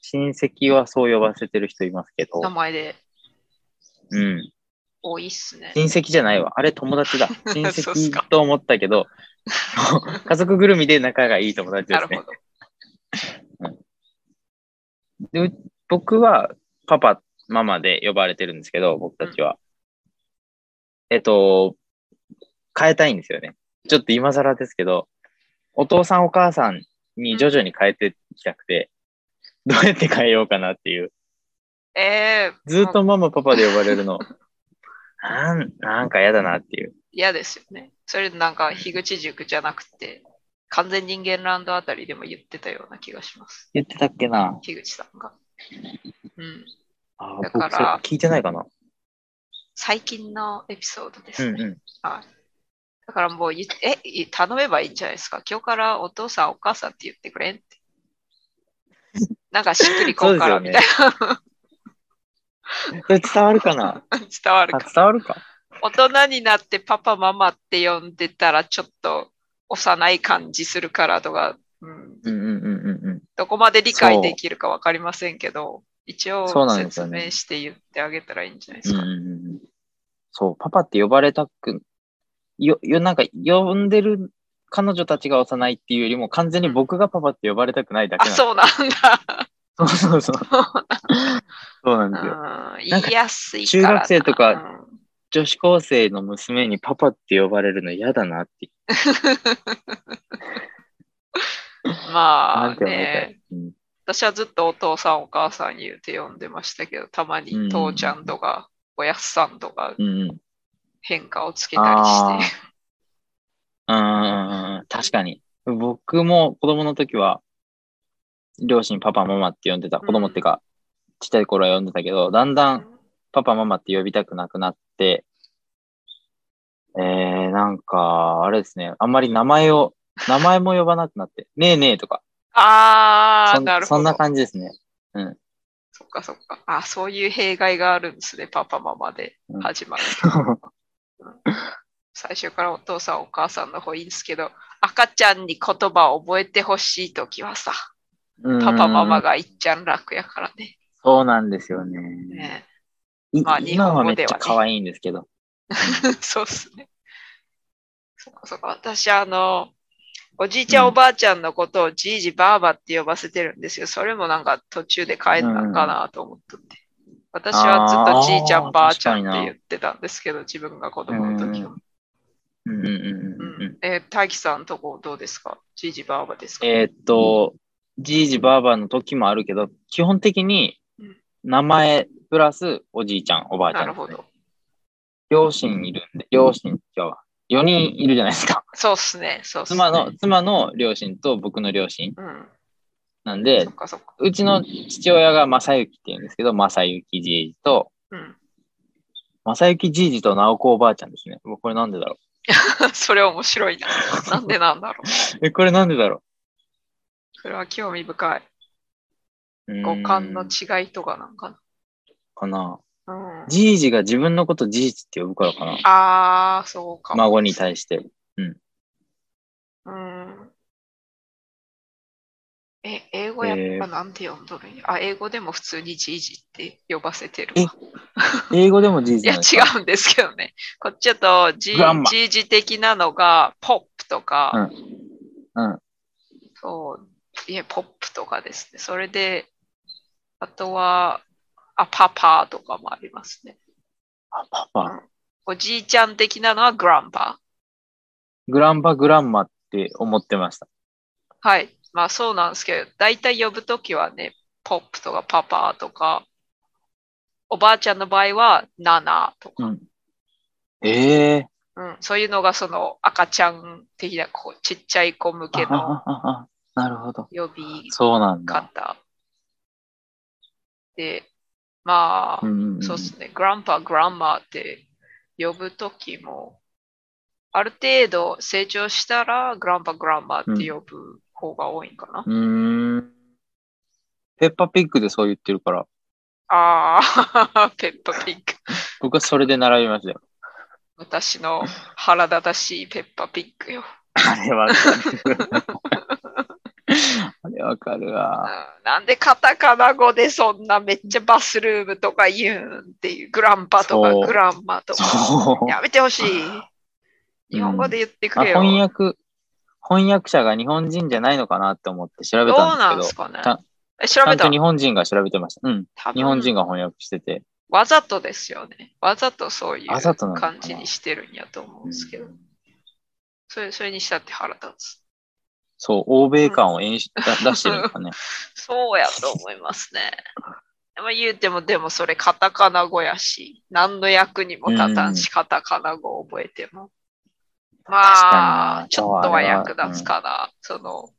S3: 親戚はそう呼ばせてる人いますけど
S2: 名。前で
S3: うん。
S2: 多いっすね。
S3: 親戚じゃないわ。あれ友達だ。親
S2: そうっすか
S3: 戚と思ったけど、 家族ぐるみで仲がいい友達で
S2: な
S3: す
S2: る
S3: ね
S2: ほ。ど。
S3: でう僕はパパ、ママで呼ばれてるんですけど、僕たちは。えっと、変えたいんですよね。ちょっと今更ですけど、お父さんお母さんに徐々に変えていきたくて、どうやって変えようかなっていう。
S2: えー、
S3: ずっとママパパで呼ばれ るの、なんなんか嫌だなっていう。
S2: 嫌ですよね。それなんか樋口塾じゃなくて、完全人間ランドあたりでも言ってたような気がします。
S3: 言ってたっけな。
S2: 樋口さんが。うん。
S3: あ
S2: だ
S3: ー
S2: から
S3: 僕それ聞いてないかな。
S2: 最近のエピソードで
S3: う
S2: すね。
S3: んうん。
S2: だからもう言っ、え、い頼めばいいんじゃないですか。今日からお父さんお母さんって言ってくれんって。 なんかしっくりこうからみたい
S3: それ伝わるかな
S2: な伝わる
S3: あ
S2: か。
S3: 伝わるか。
S2: 大人になってパパママって呼んでたらちょっと幼い感じするからとか、うん、
S3: うんうんうんうんうん。
S2: どこまで理解できるかわかりませんけど、一応
S3: そうなんです
S2: 説
S3: よね
S2: 明して言ってあげたらいいんじゃないで
S3: う
S2: す
S3: んう
S2: か。
S3: んうんそう、パパって呼ばれたく、よ、よ、なんか呼んでる彼女たちが幼いっていうよりも完全に僕がパパって呼ばれたくないだ
S2: あ、
S3: けなん
S2: そうなんだ。
S3: そうそう そう。そうなんですよ。
S2: うん、
S3: な
S2: 言
S3: んか
S2: いやすいからな。
S3: 中学生とか
S2: うん
S3: 女子高生の娘にパパって呼ばれるの嫌だなって。な
S2: ま
S3: ん
S2: あ
S3: て思いた
S2: ね
S3: い。。うん
S2: 私はずっとお父さんお母さん言うて呼んでましたけど、たま
S3: うん
S2: に父ちゃんとかおやっさんとか
S3: うんうん。
S2: 変化をつけたり
S3: あ
S2: して。
S3: あ。うんうんうん。確かに。僕も子供の時は、両親パパママって呼んでた。子供っていうか、ちっちゃい頃は呼んでたけど、だんだんパパママって呼びたくなくなって、えー、なんか、あれですね、あんまり名前を、名前も呼ばなくなって、ねえねえとか、
S2: ああ、
S3: そん
S2: なる
S3: そ
S2: ほ
S3: んな
S2: ど。
S3: 感じ ですね。
S2: そっかそっか。あそういう弊害があるんですね、パパママで
S3: うん
S2: 始まる。最初からお父さんお母さんの方いいんですけど、赤ちゃんに言葉を覚えてほしいときはさ、パパママ
S3: が。
S2: がいっちゃん楽やからね。
S3: そうなんですよね。
S2: ね
S3: い
S2: まあ日
S3: 今
S2: 本
S3: は
S2: 語
S3: めっ
S2: で
S3: ち
S2: はね
S3: ゃ可愛いんですけど。
S2: そうっすね。そっかそっか。私、あの、おじいちゃん、
S3: うん
S2: おばあちゃんのことをじいじばあばって呼ばせてるんですよ。それもなんか途中で変えたんかなと思っとって。私はずっとじいちゃ
S3: あー
S2: ん、ばあちゃんって
S3: 確かに
S2: 言
S3: な
S2: ってたんですけど、自分が子供の時は。
S3: うんうんうん
S2: う
S3: うんうん
S2: ん、えー大輝さんのとこどうですかじいじばあばですか
S3: えーっと、じいじばあばの時もあるけど、基本的に
S2: うん
S3: 名前プラスおじいちゃん、おばあちゃ、
S2: なんるほど。
S3: 両親いるんで、両親、今日は4人いるじゃないですか。
S2: そうっすね。そうっすね。
S3: 妻の、妻の両親と僕の両親
S2: うん。
S3: なん
S2: そ
S3: で
S2: っ、かそっか。
S3: うちの父親が正幸って言うんですけど、正幸じいじと、
S2: うん。
S3: 正幸じいじと直子おばあちゃんですね。うわこれなんでだろ
S2: それ面白いな。なんでなんだろう。
S3: う。え、これなんでだろ
S2: それは興味深い。
S3: う。
S2: 五感の
S3: うーん
S2: 違いとかなんか
S3: かな。
S2: な。うん。
S3: じいじが自分のことじいじって呼ぶからかな。
S2: ああ、そうかも。
S3: 孫に対して。
S2: うん。え、英語やっぱなんて呼んどるんや。あ、英語でも普通にじいじって呼ばせてるわ。
S3: 英語でもじい
S2: い
S3: じ
S2: や、
S3: なんですか
S2: 違うんですけどね。こっちだとじ
S3: グランマ
S2: じいじ的なのが、ポップとか、
S3: うん。うん。
S2: そう、いや、ポップとかですね。それで、あとは、あ、パパとかもありますね。
S3: あパパ。
S2: おじいちゃん的なのはグランパ
S3: グランパ、グランマって思ってました。
S2: ー。はい。まあそうなんですけど、だいたい呼ぶときはね、ポップとかパパとか、おばあちゃんの場合は、ナナとか、
S3: うんええ
S2: うん、そういうのがその赤ちゃん的なこうちっちゃい子向
S3: ー。
S2: け
S3: あ
S2: の
S3: ああああなるほど。
S2: 呼び
S3: そうなんだ。
S2: 方。で、まあ、
S3: うんうんうん、
S2: そうですね、グランパ、グランマーって呼ぶときも、ある程度成長したら、グランパ、グランマーって呼ぶ方が多いんかな。
S3: うーん。ペッパーピッグでそう言ってるから、
S2: ああ、ペッパーピ ッグ。
S3: 僕はそれで習いま したよ。
S2: 私の腹立たしいペッパーピッグよ。
S3: あれわかる。 あれわかるわ。
S2: うんなんでカタカナ語でそんなめっちゃバスルームとか言うんっていう、グランパとか
S3: そう
S2: グランマとか。
S3: そう。
S2: やめてほしい。日本語で言ってく
S3: あ
S2: れよ。
S3: 翻訳、翻訳者が日本人じゃないのかなって思って調べ
S2: どうな
S3: たん
S2: ん
S3: ですけど、
S2: ですかね
S3: た。
S2: え、調
S3: ちゃ
S2: べ
S3: んと
S2: た
S3: 日本人が調べてました。うん。
S2: 多分
S3: 日本人が翻訳してて。
S2: わざとですよね。わざとそういう
S3: わざとなのかな
S2: 感じにしてるんやと思うんですけど。それそれにしたって腹立つ。
S3: そう、欧米感を演出、だ出してるんですかね。
S2: そうやと思いますね。まあ言うても、でもそれカタカナ語やし、何の役にも立たんし、カタカナ語を覚えても。まあ、
S3: 確かにな
S2: ちょっとは役
S3: 今日はあれは
S2: 立つかな。その、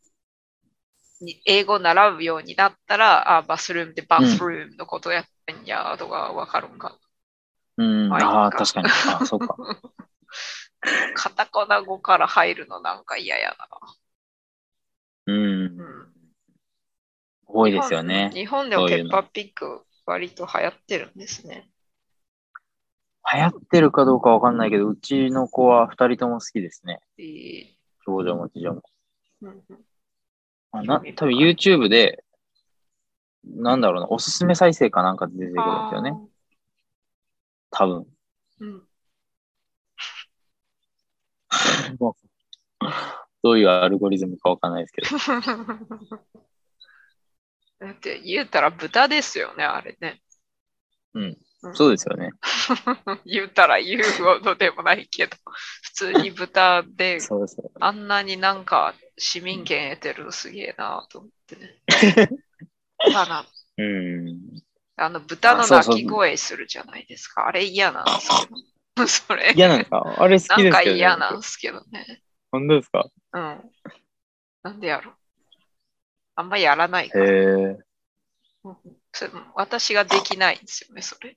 S2: に英語習うようになったら、あ、バスルームでバスルームのことやってんやとかわかるんか。
S3: うん。
S2: まあいい
S3: ああ、
S2: か
S3: 確かに。ああ、そうか。
S2: カタカナ語から入るのなんか嫌やな。
S3: うん。
S2: うん
S3: 多いですよね。
S2: 日本でもペッパーピッグ割と流行ってるんですね。
S3: 流行ってるかどうかわかんないけど、うちの子は二人とも好きですね。
S2: えー
S3: 表情も事情も。
S2: うんうん
S3: あな多分 YouTube で、なんだろうな、おすすめ再生かなんかで出てくるんですよね。多分。
S2: あーうん
S3: どういうアルゴリズムかわかんないです けど。
S2: だって言うたら豚ですよね、あれね。
S3: そうですよね。
S2: 言うたら言うほどでもないけど、普通に豚で
S3: そうですよ。
S2: あんなになんか市民権得てるのすげえなと思ってね。ただ
S3: うん。
S2: あの豚
S3: あ
S2: の
S3: そう
S2: 鳴
S3: そう
S2: き声するじゃないですか。あれ嫌なんですけど。 それ
S3: 嫌なんですかあれ好き
S2: な
S3: で
S2: ん
S3: す
S2: か
S3: けど、ね。
S2: 嫌なんですけどね。
S3: 本当ですか
S2: うん。なんでやろう。あんまやらないか
S3: へ
S2: ら。
S3: え。
S2: それ私ができないんですよね、それ。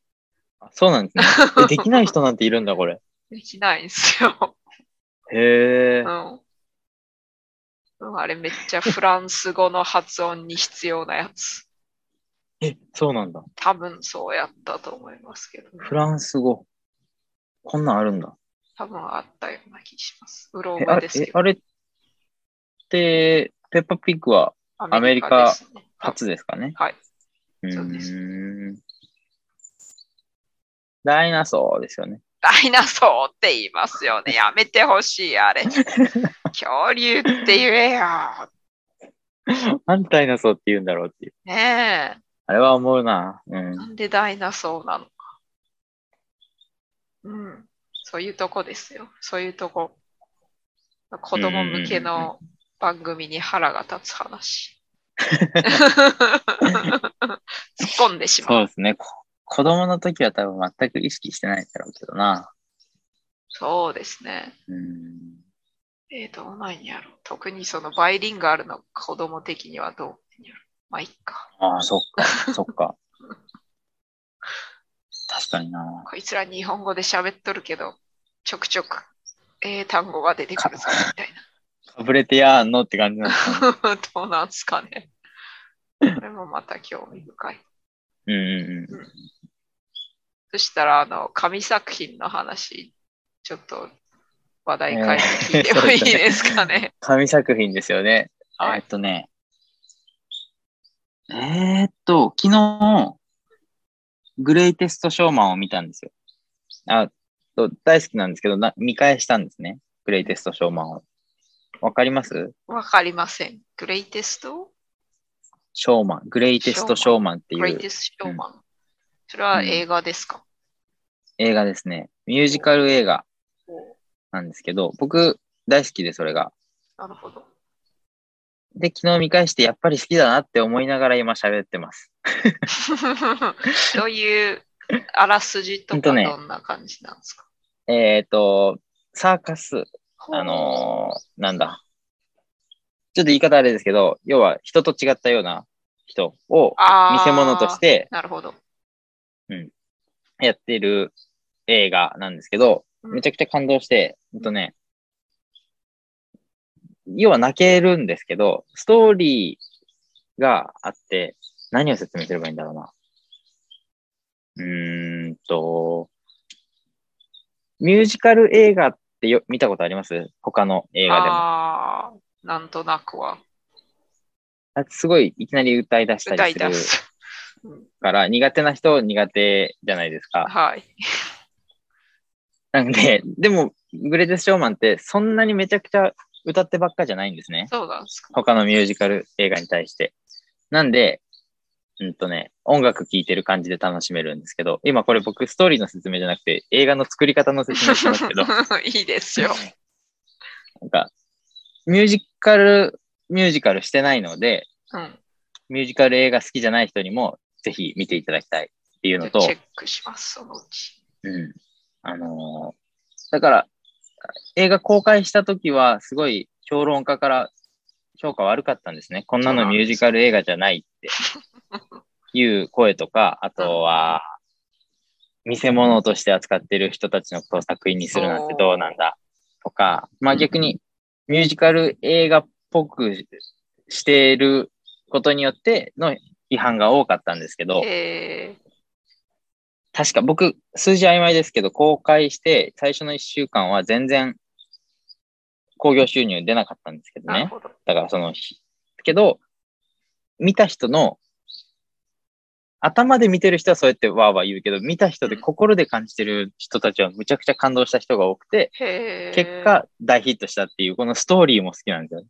S3: あそうなんですね。 えできない人なんているんだ、これ。
S2: できないんです よ。
S3: へえ
S2: う。ん。うんあれめっちゃフランス語の発音に必要なやつ。
S3: え、そうなんだ。
S2: 多分そうやったと思いますけど、ね
S3: フ、ランス語。こんなんあるんだ。
S2: 多分あったような気します。うろ
S3: え、
S2: 覚
S3: あ
S2: え
S3: れ
S2: で、す
S3: え
S2: けど。
S3: あれって、ペッパーピッグは
S2: アですね
S3: 初ですかね。
S2: はい。
S3: う
S2: そうです
S3: ーん。ダイナソーですよね。
S2: ダイナソーって言いますよね。やめてほしい、あ れ。恐竜って言えよ。
S3: 反対なそうって言うんだろうっていう。
S2: ねえ。
S3: あれは思うな。うん。
S2: なんでダイナソーなのか。うん。そういうとこですよ。そういうとこ。子供向けの番組に腹が立つ 話。突っ込んでしまう。
S3: そうですね。こ子供の時は多分全く意識してないだろうけどな。
S2: そうですね。
S3: うん。
S2: えー、どうなんやろ。特にそのバイリンガルの子供的にはどうなんやろ。まあ、いっか。
S3: ああ、そっ か、そっか。確かにな。
S2: こいつら日本語で喋っとるけど、ちょくちょく、えー、単語が出てくるぞ、みたいな。
S3: かぶれてやーんのって感じなの。
S2: どうなんすかね。これもまた興味深い。
S3: うんうんうん。
S2: そしたら、あの、紙作品の話、ちょっと話題変えて聞いてもいいですかね。
S3: 神作品ですよね。
S2: はい
S3: えーっとね。えーっと、昨日、グレイテストショーマンを見たんですよ。あ、と大好きなんですけどな、見返したんですね。グレイテストショーマンを。わかります
S2: わかりません。グレイテスト
S3: ショーマン。グレイテストショーマンって
S2: グレイ
S3: いう
S2: テストショーマン。それは映画ですか、
S3: 映画ですね。ミュージカル映画
S2: お
S3: なんですけど、僕大好きでそれが。
S2: なるほど。
S3: で、昨日見返してやっぱり好きだなって思いながら今喋ってます。
S2: そういうあらすじと
S3: ほんと
S2: か
S3: ね
S2: どんな感じなんですか、。
S3: えーっと、サーカスあのーなんだ。ちょっと言い方あれですけど、要は人と違ったような人を見せ物としてて
S2: なるほど。
S3: やってる映画なんですけど、
S2: うん
S3: めちゃくちゃ感動して、ほんとね、要は泣けるんですけど、ストーリーがあって、何を説明すればいいんだろうな。うーんと、ミュージカル映画ってよ見たことあります他の映画でも。
S2: あーなんとなくは
S3: あすごいいきなり歌い出した
S2: 歌い
S3: りする
S2: 出す。
S3: から、苦手な人苦手じゃないですか。
S2: はい。
S3: なんで、 でも、グレーテストショーマンってそんなにめちゃくちゃ歌ってばっかじゃないんですね。
S2: そうなんですか。
S3: 他のミュージカル映画に対して。なんで、うんとね、音楽聴いてる感じで楽しめるんですけど、今これ僕ストーリーの説明じゃなくて映画の作り方の説明してますけど、
S2: いいですよ。
S3: なんか、ミュージカル、ミュージカルしてないので、
S2: うん。
S3: ミュージカル映画好きじゃない人にもぜひ見ていただきたいって
S2: じ
S3: いう
S2: ゃ
S3: の
S2: あ
S3: と、
S2: チェックします、そのうち。
S3: うん。あのーだから、映画公開した時は、すごい評論家から評価悪かったんですね。こんなのミュージカル映画じゃないっていう声と か、あとは、見せ物として扱ってる人たちのことを作品にするなんてどうなんだとか、まあ逆にミュージカル映画っぽくしてることによっての批判が多かったんですけど、
S2: え
S3: 確か僕、数字曖昧ですけど、公開して最初の1週間は全然興行収入出なかったんですけ
S2: ー、
S3: ど
S2: なる
S3: ね。
S2: ほど。
S3: だからその日、けど、見た人の、頭で見てる人はそうやってわーわー言うけど、見た人で
S2: うん
S3: 心で感じてる人たちはむちゃくちゃ感動した人が多くて、
S2: へー
S3: 結、果大ヒットしたっていう、このストーリーも好きなんですよ。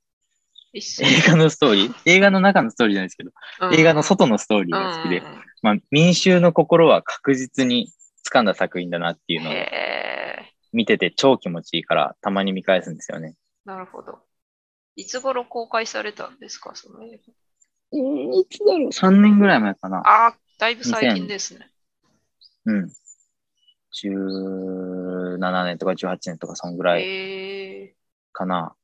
S2: 一緒
S3: 映画のストーリー映画の中のストーリーじゃないですけど、映画の外のストーリー
S2: が
S3: が好きで、
S2: うん
S3: まあ、民衆の心は確実に掴んだ作品だなっていうのを
S2: へー
S3: 見てて超気持ちいいからたまに見返すんですよね。
S2: なるほど。いつ頃公開されたんですか、その映
S3: いつだろう ?3 年ぐらい前かな。
S2: 画。あーだいぶ最近ですね。
S3: うん。17年とか18年とかそんぐらい
S2: え
S3: かな。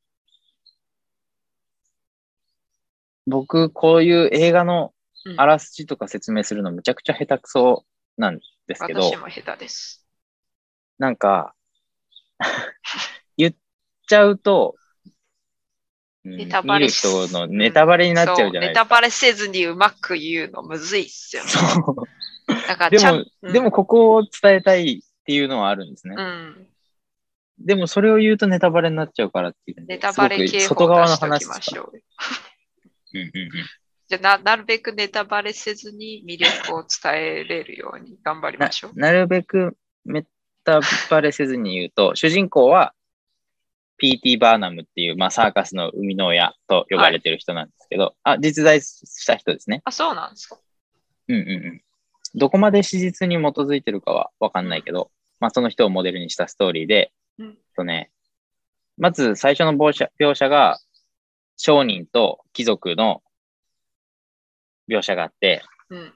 S3: 僕、こういう映画の
S2: うん
S3: あらすじとか説明するのむちゃくちゃ下手くそなんです
S2: ー、
S3: けど
S2: 私、も下手です。
S3: なんか、 言っちゃうと、うん
S2: ネタバレ
S3: 見る
S2: し
S3: 人のネタバレになっちゃうじゃない
S2: そうネ
S3: です
S2: タ
S3: か。
S2: バレせずにうまく言うのむずいっすよね。
S3: そう
S2: だから
S3: で
S2: ちゃん
S3: も、でも、ここを伝えたいっていうのはあるんですね
S2: う。ん、
S3: でもそれを言うとネタバレになっちゃうからっていうので。
S2: ネタバレ警
S3: すごく
S2: 報
S3: 外側
S2: 出
S3: の
S2: してお
S3: 話
S2: きまし
S3: う。
S2: ょう。
S3: うんうんうん。
S2: じゃあな、なるべくネタバレせずに魅力を伝えれるように頑張り
S3: な
S2: ましょう。
S3: なるべくめタバレせずに言うと、主人公は P.T. バーナムっていう、まあ、サーカスの生みの親と呼ばれてる人なんですけど、あ、実在した人ですね。
S2: あ、そうなんですか。
S3: うんうんうん。どこまで史実に基づいてるかはわかんないけど、まあ、その人をモデルにしたストーリーで、
S2: うん
S3: とね、まず最初の描写描写が、商人と貴族の描写があって、
S2: うん。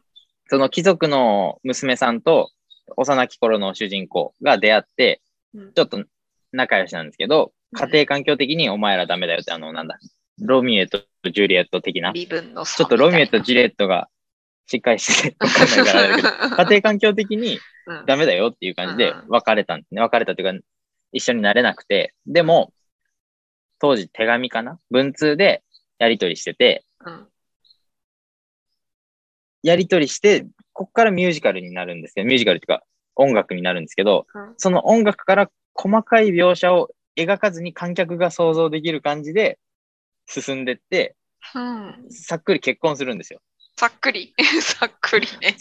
S3: その貴族の娘さんと幼き頃の主人公が出会って、
S2: うん
S3: ちょっと仲良しなんですけど、
S2: うん
S3: 家庭環境的にお前らダメだよって、あの、なんだ、ロミエとジュリエット的な、
S2: 微
S3: ち
S2: 分の差
S3: ょっとロミエと
S2: み
S3: ジュリエットがしっかりしてて、わかんない
S2: たい
S3: からあれだけど、
S2: な
S3: 家庭環境的に
S2: うん
S3: ダメだよっていう感じで
S2: うん
S3: 別れたんですね。別れたというか、一緒になれなくて、でも、当時手紙かな文通でやり取りしてて、
S2: うん
S3: やり取りして、こっからミュージカルになるんですけど、ミュージカルっていうか音楽になるんですけど、
S2: うん
S3: その音楽から細かい描写を描かずに観客が想像できる感じで進んでって、
S2: うん。
S3: さっくり結婚するんですよ。
S2: さっくり。 さっくりね。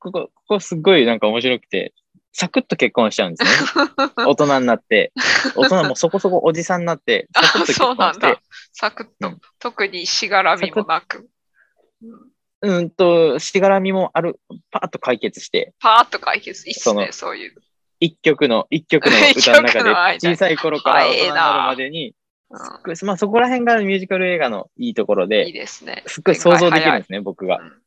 S3: ここ、ここすっごいなんか面白くて、サクッと結婚しちゃうんですね。大人になって、大人もそこそこおじさんに なって、サクッと結
S2: そうな
S3: 婚
S2: ん
S3: し
S2: だ
S3: て、。
S2: サクッと。
S3: うん
S2: 特にしがらみもなく。うん
S3: うんと、しがらみもある、パーッと解決して、
S2: パーッと解決。いいっす
S3: そ
S2: ね、
S3: の
S2: そういう。
S3: 一曲の、一曲の歌 の
S2: 一曲の
S3: 中
S2: 間
S3: で、小さい頃から大人になるまでに、
S2: う
S3: まあそこら辺がミュージカル映画のいいところ
S2: ん、いい
S3: で、
S2: ですね。
S3: すっごい想像できるん
S2: 展
S3: ですね、僕
S2: 開
S3: が
S2: 早い。うん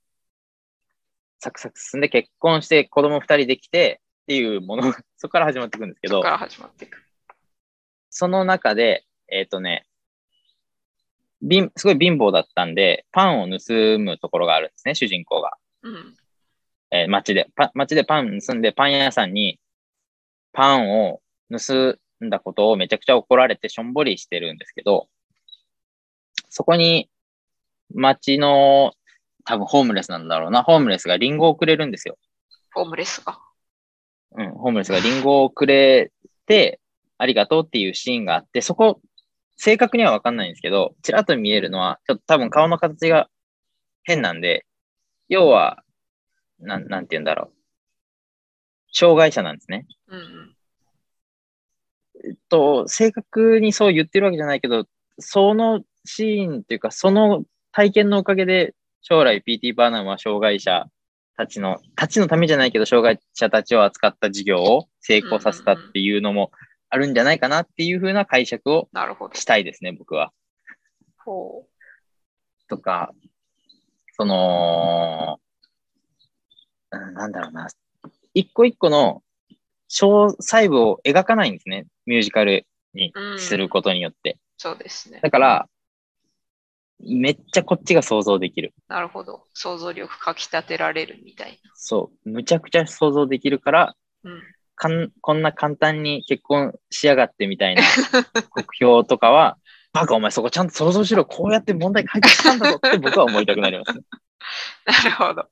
S3: サクサク進んで結婚して子供二人できてっていうもの、 そこから始まっていくんですけ
S2: そこ
S3: ど
S2: か、ら始まっていく。
S3: その中で、えっ、とね、貧すごい貧乏だったんで、パンを盗むところがあるんですね、主人公が。
S2: うん。
S3: えー街で、パ街でパン盗んで、パン屋さんにパンを盗んだことをめちゃくちゃ怒られてしょんぼりしてるんですけど、そこに街の多分ホームレスなんだろうな、ホームレスがリンゴをくれるんですよ。
S2: ホームレスが。
S3: うん、ホームレスがリンゴをくれて、ありがとうっていうシーンがあって、そこ、正確にはわかんないんですけど、ちらっと見えるのは、ちょっと多分顔の形が変なんで、要は、なん、なんて言うんだろう。障害者なんですね。
S2: うんうん。
S3: と、正確にそう言ってるわけじゃないけど、そのシーンっていうか、その体験のおかげで、将来 PT バーナムは障害者たちの、たちのためじゃないけど、障害者たちを扱った事業を成功させたっていうのもあるんじゃないかなっていう風な解釈を
S2: なるほど。
S3: したいですね、僕は。
S2: ほ
S3: とか、その、うんなんだろうな、一個一個の小細部を描かないんですね、ミュージカルに
S2: う。うん。
S3: することによって。
S2: そうですね
S3: だ。から、めっちゃこっちが想像できる。
S2: なるほど。想像力かきたてられるみたい
S3: そう。むちゃくちゃ想像できるから、
S2: な。うん。
S3: かんこんな簡単に結婚しやがってみた いな目標とかは、バカお前そこちゃんと想像しろ。こうやって問題解決したんだぞって僕は思いたくなりますね。
S2: なるほど。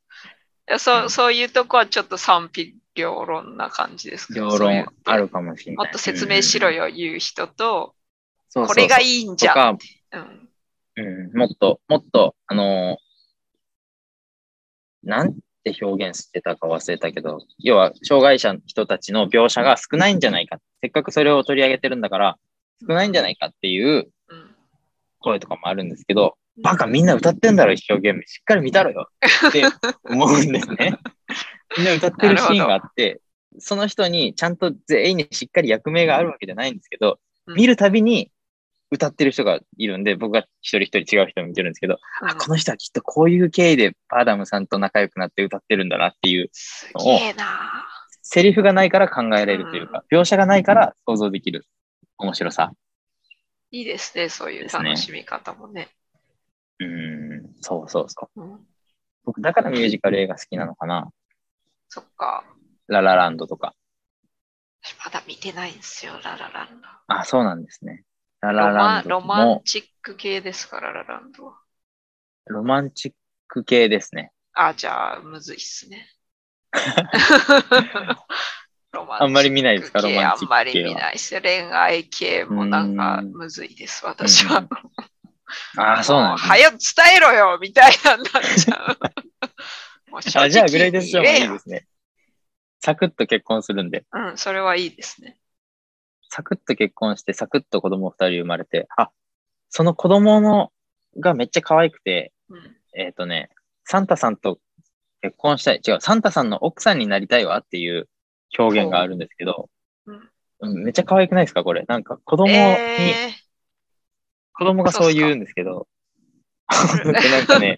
S2: いやそうそういうとこはちょっと賛否両論な感じですけど。
S3: 両
S2: そういう
S3: 論あるかもしれ
S2: も
S3: な
S2: っ
S3: い。
S2: と説明しろよ、言う人と、
S3: うん。
S2: これが
S3: い
S2: いいんじゃん。
S3: か、
S2: うん。
S3: うん、もっと、もっと、あのーなんて表現してたか忘れたけど、要は、障害者の人たちの描写が少ないんじゃないか。せっかくそれを取り上げてるんだから、少ないんじゃないかっていう
S2: うん
S3: 声とかもあるんですけど、バカみんな歌ってんだろ、一生懸命。しっかり見たろよって思うんです ね。みんな歌ってるシーンがあって、その人にちゃんと全員にしっかり役名があるわけじゃないんですけど、
S2: うん
S3: 見るたびに歌ってる人がいるんで、僕が一人一人違う人を見てるんですけど、
S2: うん
S3: この人はきっとこういう経緯でバーダムさんと仲良くなって歌ってるんだなっていう、
S2: すげえな
S3: セリフがないから考えられるというか、描写がないから想像できる面白さ。
S2: いいですね、そういう楽しみ方もね。
S3: うん、そうそうそう。
S2: うん、
S3: 僕、だからミュージカル映画好きなのかな。
S2: そっか。
S3: ララランドとか。
S2: 私まだ見てないんですよ、ララランド。
S3: あ、そうなんですね。ララ
S2: ロマン
S3: ラン
S2: ロ
S3: ド
S2: マン
S3: も
S2: チック系ですから、ララランドは。
S3: ロマンチック系ですね。
S2: あ、じゃあ、むずいっす ね。ロマンチック系
S3: あんまり見ないですかロマンチ
S2: あ
S3: ック系は
S2: んまり見ないです。恋愛系もなんかむずいです、私は。
S3: ああ、そうなんです、ね。
S2: 早く伝えろよみたいなんなっちゃう。もう正直
S3: あじゃあ、グレイデスショーもいい
S2: 言え
S3: で
S2: よ
S3: すね。サクッと結婚するんで、
S2: うん、それはいいですね。
S3: サクッと結婚して、サクッと子供二人生まれて、あ、その子供のがめっちゃ可愛くて、
S2: うん。
S3: えっ、とね、サンタさんと結婚したい。違う、サンタさんの奥さんになりたいわっていう表現があるんですけど、
S2: ほう
S3: うん、めっちゃ可愛くないですかこれ。なんか子供に、
S2: え
S3: 子供がそう言うんですけ ど、でなんかね、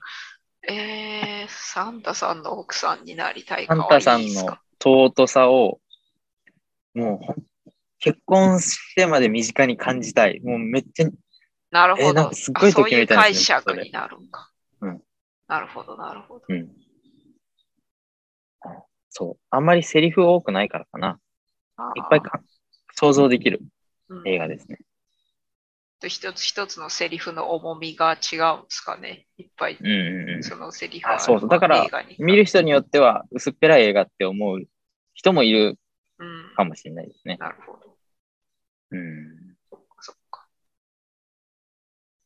S2: ー、えー、サンタさんの奥さんになりたい
S3: サ
S2: か
S3: ンタさ
S2: い
S3: ん
S2: いです
S3: の
S2: か
S3: 尊さを、もうほん、結婚してまで身近に感じたい。もうめっちゃ、
S2: なる
S3: え
S2: ほ
S3: ーなん
S2: ど。
S3: かすっごいときめいたん
S2: あそういう解
S3: ですよ
S2: 釈になるんか。
S3: うん
S2: なるほど、なるほど。
S3: うん。そう。あんまりセリフ多くないからかな。いっぱい
S2: あ
S3: か想像できる
S2: ーうん
S3: 映画ですね。
S2: 一つ一つのセリフの重みが違うんですかね。いっぱい
S3: うんうんうん。
S2: そのセリフが
S3: あそうそうだから
S2: 映画に
S3: 見る人によっては薄っぺらい映画って思う人もいる
S2: うん
S3: かもしれないですね。
S2: なるほど。
S3: うん。
S2: そっかそっか。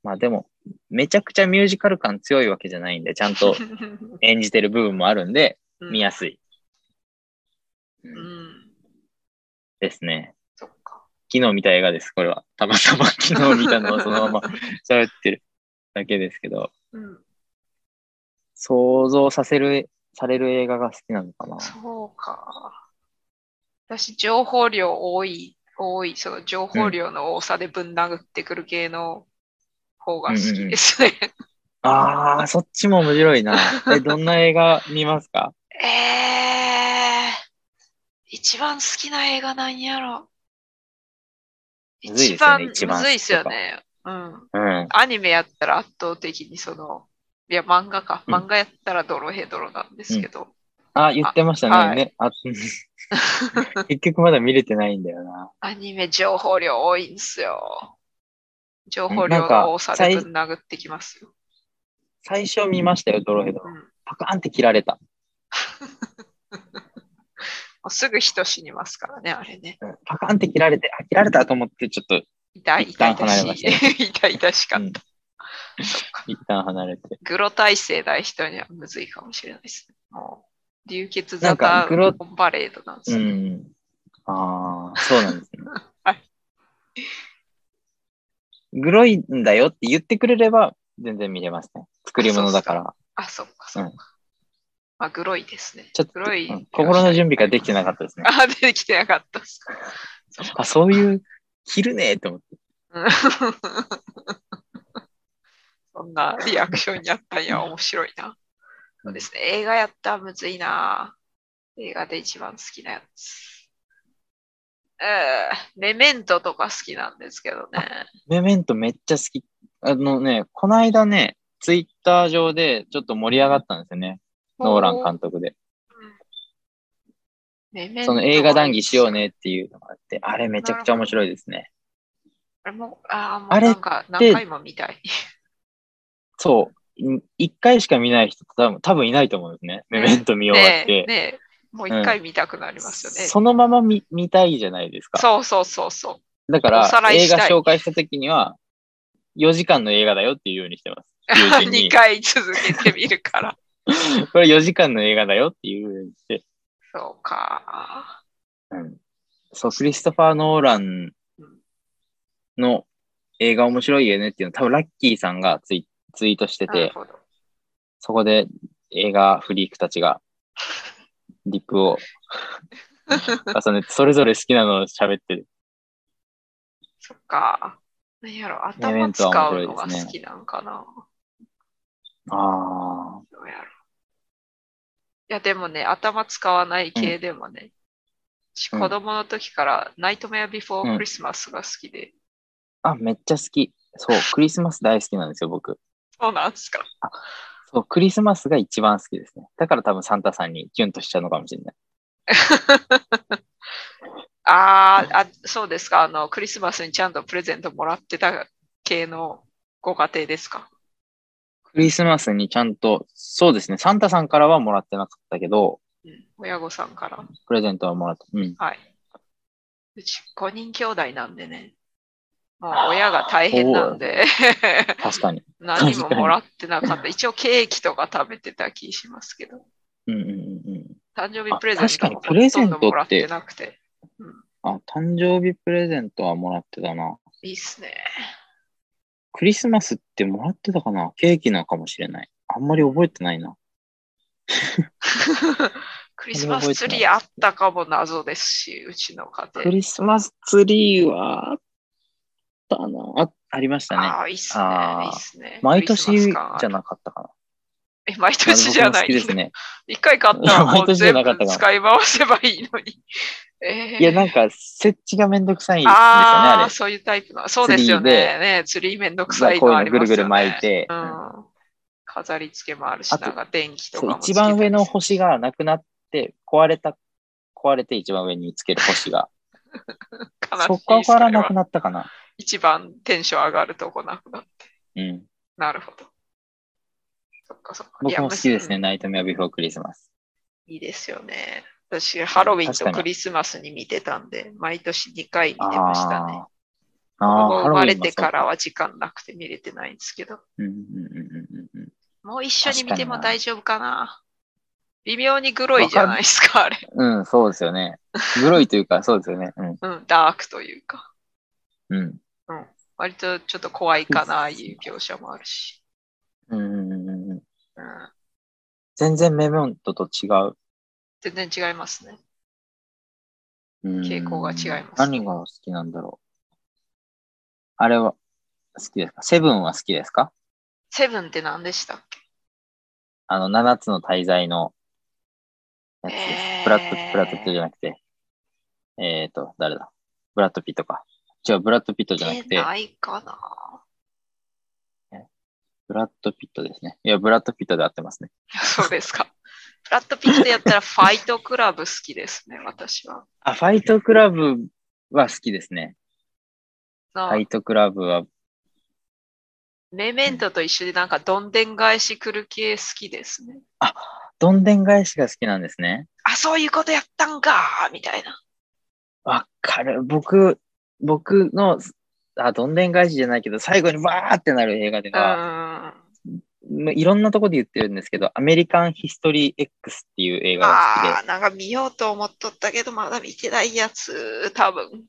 S3: まあでも、めちゃくちゃミュージカル感強いわけじゃないんで、ちゃんと演じてる部分もあるんで、
S2: うん
S3: 見やすい。う
S2: うんん。
S3: ですね。
S2: そっか。
S3: 昨日見た映画です、これは。たまたま昨日見たのをその まま喋ってるだけですけど、
S2: うん。
S3: 想像させる、される映画が好きなのかな。
S2: そうか。私、情報量多い、多い、その情報量の多さでぶん殴ってくる系の方が好きですね。
S3: あー、そっちも面白い な。え、どんな映画見ますか
S2: えー、一番好きな映画なんやろ。
S3: むずいですよね一番
S2: むずいっすよね。うん。
S3: うん。
S2: アニメやったら圧倒的にその、いや、漫画か。
S3: うん
S2: 漫画やったらドロヘドロなんですけど。
S3: あ、言ってましたね。
S2: あはい
S3: ねあ 結局まだ見れてないんだよな。
S2: アニメ情報量多いんすよ。情報
S3: な
S2: 量
S3: んか
S2: の多さ
S3: さい
S2: でぶん殴ってきますよ。
S3: 最初見ましたよ、ドロヘド
S2: う
S3: ロ。
S2: ん。
S3: パカーンって切られた。
S2: もうすぐ人死にますからね、あれね。
S3: うんパカーンって切られて、あ、切られたと思って、ちょっと
S2: 痛い、
S3: 一
S2: 痛い、
S3: 旦
S2: 痛
S3: 離れま
S2: し
S3: した
S2: い。痛い、痛しかった。
S3: うん一旦離れて。
S2: グロ体制ない人にはむずいかもしれないですね。もう流血
S3: な
S2: ザ
S3: んか
S2: タ
S3: グロ
S2: ーンバレードなんです
S3: う
S2: よ、。
S3: ん。ああ、そうなんですね
S2: はい。
S3: グロいんだよって言ってくれれば、全然見れますね。作り物だから。
S2: あ、そっか、そっか。まあ、グロいですね。
S3: ちょっと、
S2: グロい、
S3: うん心の準備ができてなかったですね。
S2: あ、出てきてなかったっすか。そっか
S3: あ、そういう、切るねーって思って。
S2: うん そんなリアクションやったんや、面白いな。そうですね。映画やったらむずいな。映画で一番好きなやつ。えー、メメントとか好きなんですけどね。
S3: メメントめっちゃ好き。あのね、こないだね、ツイッター上でちょっと盛り上がったんですよね。ノーラン監督で。
S2: メメント
S3: その映画談義しようねっていうのがあって、あれめちゃくちゃ面白いですね。
S2: あれも、あーも
S3: あ
S2: う
S3: れ
S2: なんか何回も見たい。
S3: そう。ん一回しか見ない人多分多分いないと思うんですね。メメント見終わっ
S2: ね
S3: て
S2: え、。ねえ、もう一回見たくなりますよね。
S3: そのまま見見たいじゃないですか。
S2: そうそうそうそ
S3: だか
S2: おさら
S3: ら、
S2: い
S3: 映
S2: したい
S3: 画紹介した時には、4時間の映画だよっていうようにしてます。
S2: う。
S3: 友人
S2: 2
S3: に
S2: 回続けてみるから。
S3: これ4時間の映画だよっていうようにして。
S2: そうか。
S3: うんそう、クリストファー・ノーランの映画面白いよねっていうの、多分ラッキーさんがツイツイートして
S2: なる
S3: て、
S2: ほど。
S3: そこで映画フリークたちがリップを重ねて、それぞれ好きなのを喋ってる。
S2: そっか。何やろ、
S3: メメ
S2: 頭
S3: ントは
S2: 使う
S3: 面白
S2: の
S3: い
S2: が
S3: ですね
S2: 好きなんかな。
S3: ああ、
S2: どうやろ。いや、でもね、頭使わない系でもね、私
S3: うん
S2: 子供の時から、ナイトメアビフォ
S3: う
S2: ー
S3: ん
S2: クリスマスが好きで、
S3: あ、めっちゃ好き。そう、クリスマス大好きなんですよ、僕。
S2: そうなんですか。
S3: そう、クリスマスが一番好きですね。だから多分サンタさんにキュンとしちゃうのかもしれない。
S2: あーあ、そうですか。あの、クリスマスにちゃんとプレゼントもらってた系のご家庭ですか。
S3: クリスマスにちゃんと、そうですね、サンタさんからはもらってなかったけど、
S2: うん、親御さんから。
S3: プレゼントはもらった。うん。
S2: はい。うち5人兄弟なんでね。もう親が大変なんで、
S3: 確かに。
S2: 何ももらってなかった。一応ケーキとか食べてた気しますけど。
S3: うんうんうんうん。
S2: 誕生日プレゼント
S3: あ確かにプレゼントって
S2: ほとんどもらってなくて。
S3: あ、誕生日プレゼントはもらってたな。
S2: いいっすね。
S3: クリスマスってもらってたかなケーキなのかもしれない。あんまり覚えてないな。
S2: クリスマスツリーあったかも謎ですし、うちの家
S3: ク
S2: 庭。
S3: リスマスツリーはあったな。あ、ありましたね。
S2: ああ、いいっすね。
S3: あー
S2: いいっすね。
S3: 毎年
S2: クリ
S3: じ
S2: スマス感
S3: ゃなかったかな。
S2: え、毎年じゃな
S3: あれ僕も好き
S2: い。
S3: ですね。
S2: 一回買ったらも
S3: 毎
S2: う
S3: 年じゃ
S2: 全
S3: なかったか
S2: 部
S3: な
S2: 使い回せばいいのに。 えー
S3: いや、なんか、設置がめんどくさいんですよね、
S2: あ
S3: あ
S2: あ、
S3: れ。
S2: そういうタイプの。そうですよ
S3: ツリ
S2: ね。ね釣りめんどくさい
S3: こうい
S2: の
S3: うの
S2: ありますよね。
S3: ぐるぐる巻いて
S2: うん。飾り付けもあるし、
S3: あと
S2: なんか電気とか
S3: そう
S2: もつけ
S3: 一
S2: て
S3: 番上の星がなくなって、壊れた、壊れて一番上につける星が。
S2: 悲しい
S3: そこからな
S2: それは
S3: くなったかな。
S2: 一番テンション上がるとこなくなって。
S3: うん。
S2: なるほど。そっかそっか。い
S3: 僕
S2: や
S3: も好きです。ね、
S2: む
S3: ナイトメアビフォークリスマス。
S2: しいいですよね。私、ハロウィン
S3: 確
S2: と
S3: かに
S2: クリスマスに見てたんで、毎年2回見
S3: あ
S2: てましたね。
S3: あー。あ
S2: も
S3: あ、
S2: う
S3: ハ
S2: 生
S3: ロウィ
S2: ま
S3: ンも
S2: れ
S3: そう
S2: てからは時間なくて見れてないんですけど。
S3: うんうんうんうんうんうん。
S2: もう一緒に見ても
S3: 確かにな
S2: 大丈夫かな。微妙にグロいじゃないですか、あれ。
S3: うん、そうですよ ね。グロいというか、そうですよね。うん。
S2: うん、ダークというか。
S3: うん。
S2: 割とちょっと怖いかな、ああいう描写もあるし。
S3: うんうんうんうん、
S2: うん、
S3: 全然メモントと違う。
S2: 全然違いますね。
S3: うん
S2: 傾向が違います
S3: 何が好きなんだろう。あれは好きですかセブンは好きですか
S2: セブンって何でしたっ
S3: あの、七つの滞在のやつです。
S2: えー
S3: ブラッド、ブラッドピットじゃなくて、えっ、ー、と、誰だブラッドピットか。違う、ブラッドピット
S2: け
S3: じゃなく
S2: 出
S3: て、
S2: ないかな。
S3: ブラッドピットですね。いや、ブラッドピットで合ってますね。
S2: そうですか。 フラットピットやったらファイトクラブ好きですね、私は。
S3: あ、ファイトクラブは好きですね。
S2: な
S3: ファイトクラブは、
S2: メメントと一緒でなんかどんでん返し来る系好きですね。
S3: どんでん返しが好きなんですね。
S2: あ、そういうことやったんかみたいな。
S3: わかる。僕、僕の、あ、どんでん返しじゃないけど、最後にわーってなる映画では、
S2: うん。
S3: まあいろんなとこで言ってるんですけど、アメリカンヒストリー X っていう映画が好きで
S2: ああ、なんか見ようと思っとったけど、まだ見てないやつ、多分。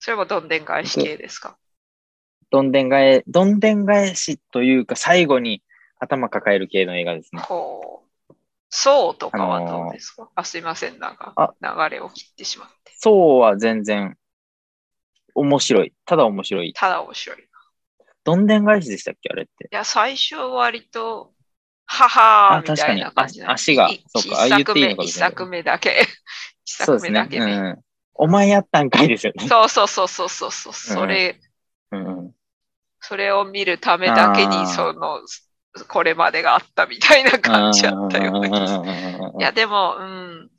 S2: それもどんでん返し系ですか。
S3: どんでん返、どんでん返しというか、最後に頭抱える系の映画ですね。
S2: ほう。そうとかはどうですか、あ、すいません、なんか流れを切ってしまって。
S3: そうは全然、面白い。ただ面白い。
S2: ただ面白い。い
S3: どんでん返しでしたっけあれって。
S2: や、最初は割と、はは
S3: あ
S2: ーみたいな感じなの
S3: 確かにあ足が
S2: い
S3: そうか
S2: 一
S3: あ言っ
S2: 作
S3: ていい
S2: 目、
S3: のかも
S2: 一
S3: しれない
S2: 作目だけ。一
S3: そう
S2: 作
S3: で
S2: 目
S3: すね
S2: だ。け
S3: う
S2: ね。
S3: ん。お前やったんかいですよね。
S2: そうそうそうそうそうそう。それ、
S3: うんうん。
S2: それを見るためだけ
S3: あー
S2: に、その、これまでがあったみたいな感じだったような気がする。
S3: うん
S2: いや、でも、うん。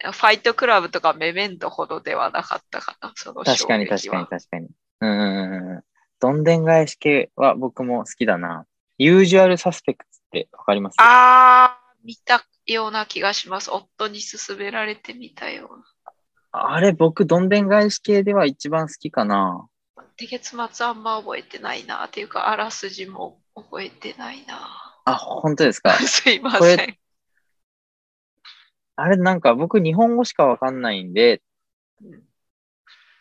S2: ファイトクラブとかメメントほどではなかったかな、その
S3: 確かに
S2: 衝
S3: 確
S2: 撃
S3: かに
S2: は
S3: 確かに。うんうんうんうん。どんでん返し系は僕も好きだな。ユージュアルサスペクツってわかりますあ
S2: あー、見たような気がします。夫に勧められてみたような。
S3: れ僕どんでん返し系では一番好きかな。
S2: で、月末あんま覚えてないな、っていうか、あらすじも覚えてないな。。
S3: あ、本当です か
S2: すいま
S3: こ
S2: せ
S3: れ
S2: ん。
S3: あれなんか僕日本語しかわかんないんで
S2: うん
S3: っ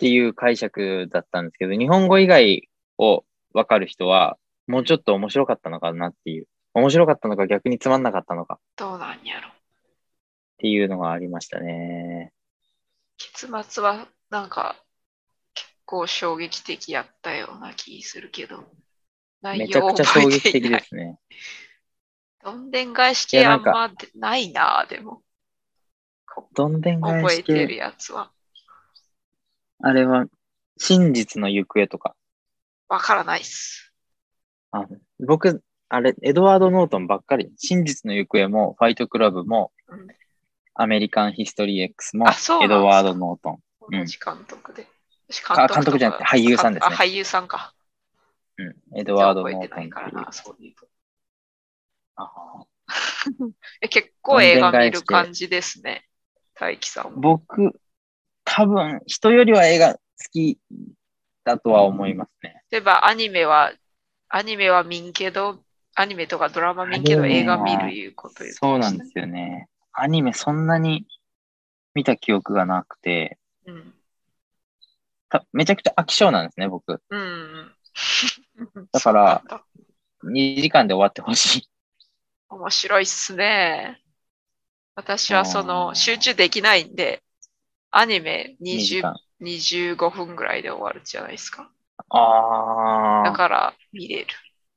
S3: ていう解釈だったんですけど、日本語以外をわかる人はもうちょっと面白かったのかなっていう。面白かったのか逆につまんなかったのかっ
S2: どうなんやろ。
S3: ていうのがありましたね。
S2: 結末は、なんか、結構衝撃的やったような気するけど。
S3: め
S2: 内
S3: ちゃ
S2: 容を
S3: くちゃ
S2: 覚
S3: 衝
S2: え
S3: 撃
S2: てい
S3: 的
S2: な
S3: で
S2: い。
S3: すね。
S2: どんでん返し
S3: い
S2: 系
S3: やな
S2: あ
S3: ん
S2: ん
S3: か
S2: まないな、でも。
S3: どんでん返
S2: 覚え
S3: して系
S2: るやつは。
S3: あれは、真実の行方とか。
S2: わからないっす。
S3: あ僕、あれ、エドワード・ノートンばっかり。真実の行方も、ファイトクラブも
S2: うん、
S3: アメリカンヒストリー X も
S2: あ、そうな
S3: エ
S2: んですか
S3: ドワード・ノートン。うん
S2: 同じ監督で。私
S3: あ監督じゃなくて俳優さんです
S2: あ、
S3: ね
S2: 俳優さんか。
S3: うん、エ
S2: じ
S3: ド
S2: ゃ
S3: ワ
S2: あ
S3: ード・
S2: 覚え
S3: ノ
S2: て
S3: ー
S2: な
S3: トンってい
S2: いうからな、そういうと。
S3: あ
S2: え結構映画
S3: どんで
S2: 見
S3: ん返し
S2: る
S3: 系
S2: 感じですね。大輝さんも。
S3: 僕、多分、人よりは映画好きだとは思いますね。
S2: 例えばアニメは、アニメは見んけど、アニメとかドラマ見んけど
S3: アニメ
S2: 映
S3: は
S2: 画見るいうこと言って
S3: そ
S2: ま
S3: うな
S2: し
S3: ん
S2: た
S3: ですよね。アニメそんなに見た記憶がなくて、
S2: うん。
S3: ためちゃくちゃ飽き性なんですね、僕。
S2: うん。
S3: だから
S2: そう なんだ、
S3: 2時間で終わってほ しい。
S2: 面白いっすね。私はそ
S3: あー
S2: の、集中できないんで、アニメ
S3: 2時
S2: 20
S3: 間。
S2: 25分ぐらいで終わるじゃないですか。
S3: ああ。
S2: だから見れる。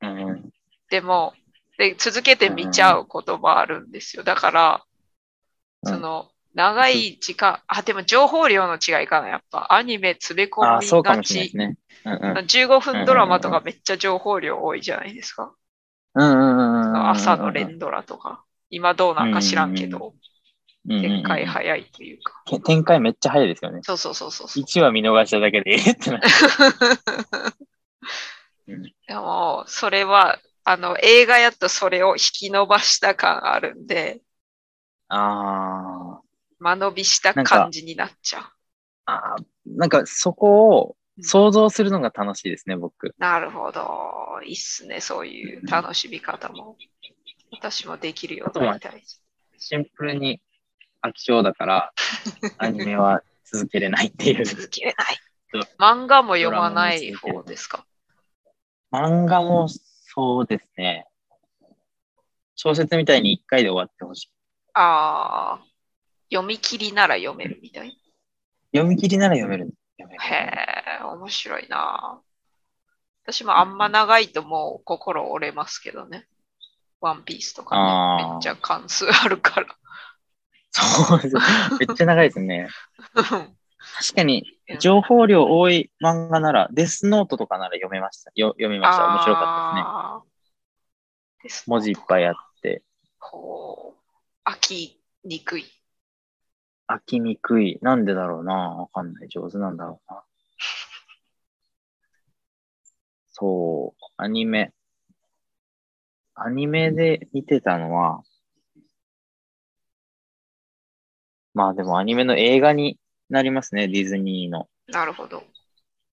S3: うん。
S2: でも、で、続けて見ちゃうこともあるんですよ。だから、
S3: うん
S2: その、長い時間、あ、でも情報量の違いかな。やっぱアニメ詰め込
S3: ああ、そう
S2: み
S3: かも
S2: が
S3: しれないで
S2: ち
S3: す。ね。うんうん。
S2: 15分ドラマとかめっちゃ情報量多いじゃないですか。
S3: うんうんうんうんうん。
S2: 朝の連ドラとか。今どうなんか知らんけど、展開
S3: い。
S2: 早いというか。
S3: て展開めっちゃ早いですよね。
S2: そうそうそうそうそう。
S3: 1話見逃しただけで、えーっ てなる。うん
S2: でも、それは、あの、映画やとそれを引き伸ばした感あるんで、
S3: あ
S2: 間延びした感じになっちゃう。
S3: あ。ああ。なんかそこを想像するのが楽しいですね、僕。
S2: なるほど。いいっすね。そういう楽しみ方も。私もできるようになりたい。
S3: シンプルに飽き性だ から、アニメは続けれないっていう。
S2: 続けれ
S3: そ
S2: な
S3: う
S2: い。漫画も読まない方ですか。
S3: 漫画もそうですね。小説みたいに1回で終わってほしい。
S2: ああ。読み切りなら読めるみたい。
S3: 読み切りなら読める。読める
S2: へえ、面白いな。私もあんま長いともう心折れますけどね。ワンピースとか
S3: あ
S2: ね
S3: ー。
S2: めっちゃ関数あるから。
S3: そうです。めっちゃ長いですね。確かに、情報量多い漫画なら、デスノートとかなら読めました。よ読みました。面白かったです
S2: ったで
S3: ね。
S2: すね
S3: 文字いっぱいあって、
S2: こう、飽きにくい。
S3: 飽きにくい。なんでだろうな。わかんない。上手なんだろうな。そう、アニメ。アニメで見てたのは、まあでもアニメの映画になりますね。ディズニーの
S2: なるほど。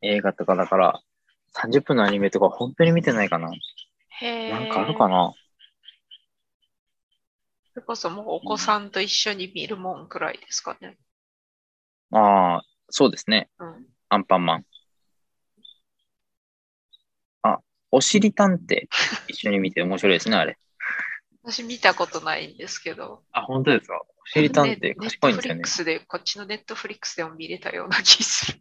S3: 映画とかだから、30分のアニメとか本当に見てないかな。
S2: へえ。
S3: なんかあるかな。
S2: それこそもうお子さんと一緒に見るもんくらいですかね。
S3: ああ、そうですね。
S2: うん。
S3: アンパンマン。あ、おしりたんて一緒に見て面白いですね、あれ。
S2: 私見たことないんですけど。
S3: あ、本当ですかおしりたんて
S2: ネ
S3: 賢いんです
S2: ネットフリ
S3: よ
S2: ッ
S3: ね
S2: ク。スで、こっちのネットフリックスでも見れたような気する。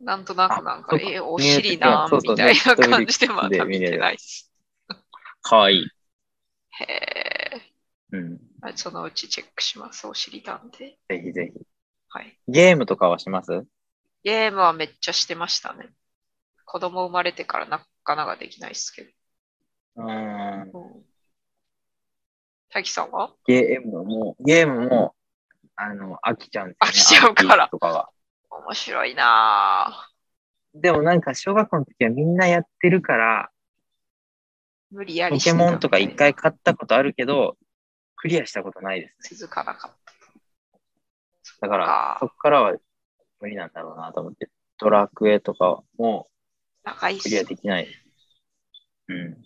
S2: なんとなくなんか、
S3: あそうか
S2: えー、お尻なー
S3: 見えてき
S2: み
S3: た
S2: たい
S3: そう
S2: な
S3: そう
S2: 感じでまだ見てないっす。
S3: かわいい。
S2: へえ。
S3: うん。
S2: はいそのうちチェックします。お尻探偵。
S3: ぜひぜひ。
S2: はい。
S3: ゲームとかはします
S2: ゲームはめっちゃしてましたね。子供生まれてからなかなかできないですけ
S3: うん。
S2: ど。うん。大輝さんは
S3: ゲームも、ゲームも、あの、飽きちゃうんですよね。
S2: 飽きちゃうから
S3: アーケードとかは。
S2: 面白いなぁ。
S3: でもなんか小学校の時はみんなやってるから、
S2: 無理やり
S3: ポ
S2: してた
S3: ケ
S2: みた
S3: モ
S2: いな
S3: ンとか一回買ったことあるけど、クリアしたことないですね。
S2: 続かなかった。
S3: だから、
S2: そ
S3: そ
S2: っ
S3: こからは無理なんだろうなと思って、ドラクエとかも
S2: 長いっ
S3: クリア
S2: す。
S3: できない。うん。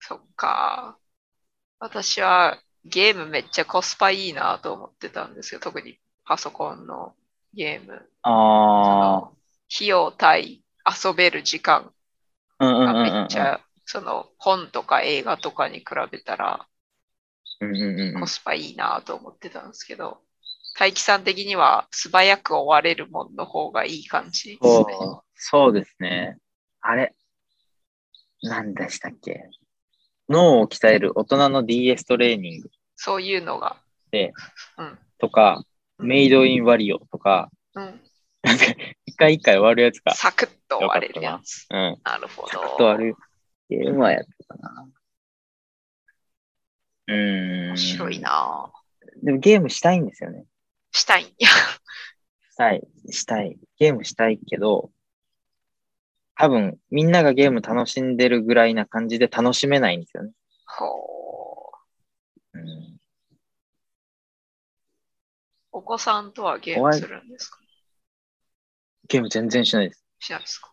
S2: そっか。私はゲームめっちゃコスパいいなと思ってたんですよ。特にパソコンのゲーム。そ
S3: あ
S2: の費用対遊べる時間
S3: あ、うんうんう
S2: が
S3: ん
S2: め
S3: うん
S2: っちゃ、その本とか映画とかに比べたら
S3: うんうんうんうん
S2: コスパいいなと思ってたんですけど、大輝さん的には素早く終われるもんの方がいい感じですね。
S3: そうそうですね。あれ、なんでしたっけ脳を鍛える大人の DS トレーニング
S2: そういうのが。
S3: とか、メイドインワリオとか、
S2: うん、
S3: なんか一回一回終わるやつが、
S2: サクッと終われるやつ。
S3: うん、
S2: なるほど。
S3: サクッと終わるゲームはやってたな。うーん。
S2: 面白いなぁ
S3: でもゲームしたいんですよね。
S2: したいんや。
S3: したい、したい。ゲームしたいけど、多分、みんながゲーム楽しんでるぐらいな感じで楽しめないんですよね。
S2: ほう
S3: うん、
S2: お子さんとはゲームするんですか
S3: ゲーム全然しないです。
S2: しないですか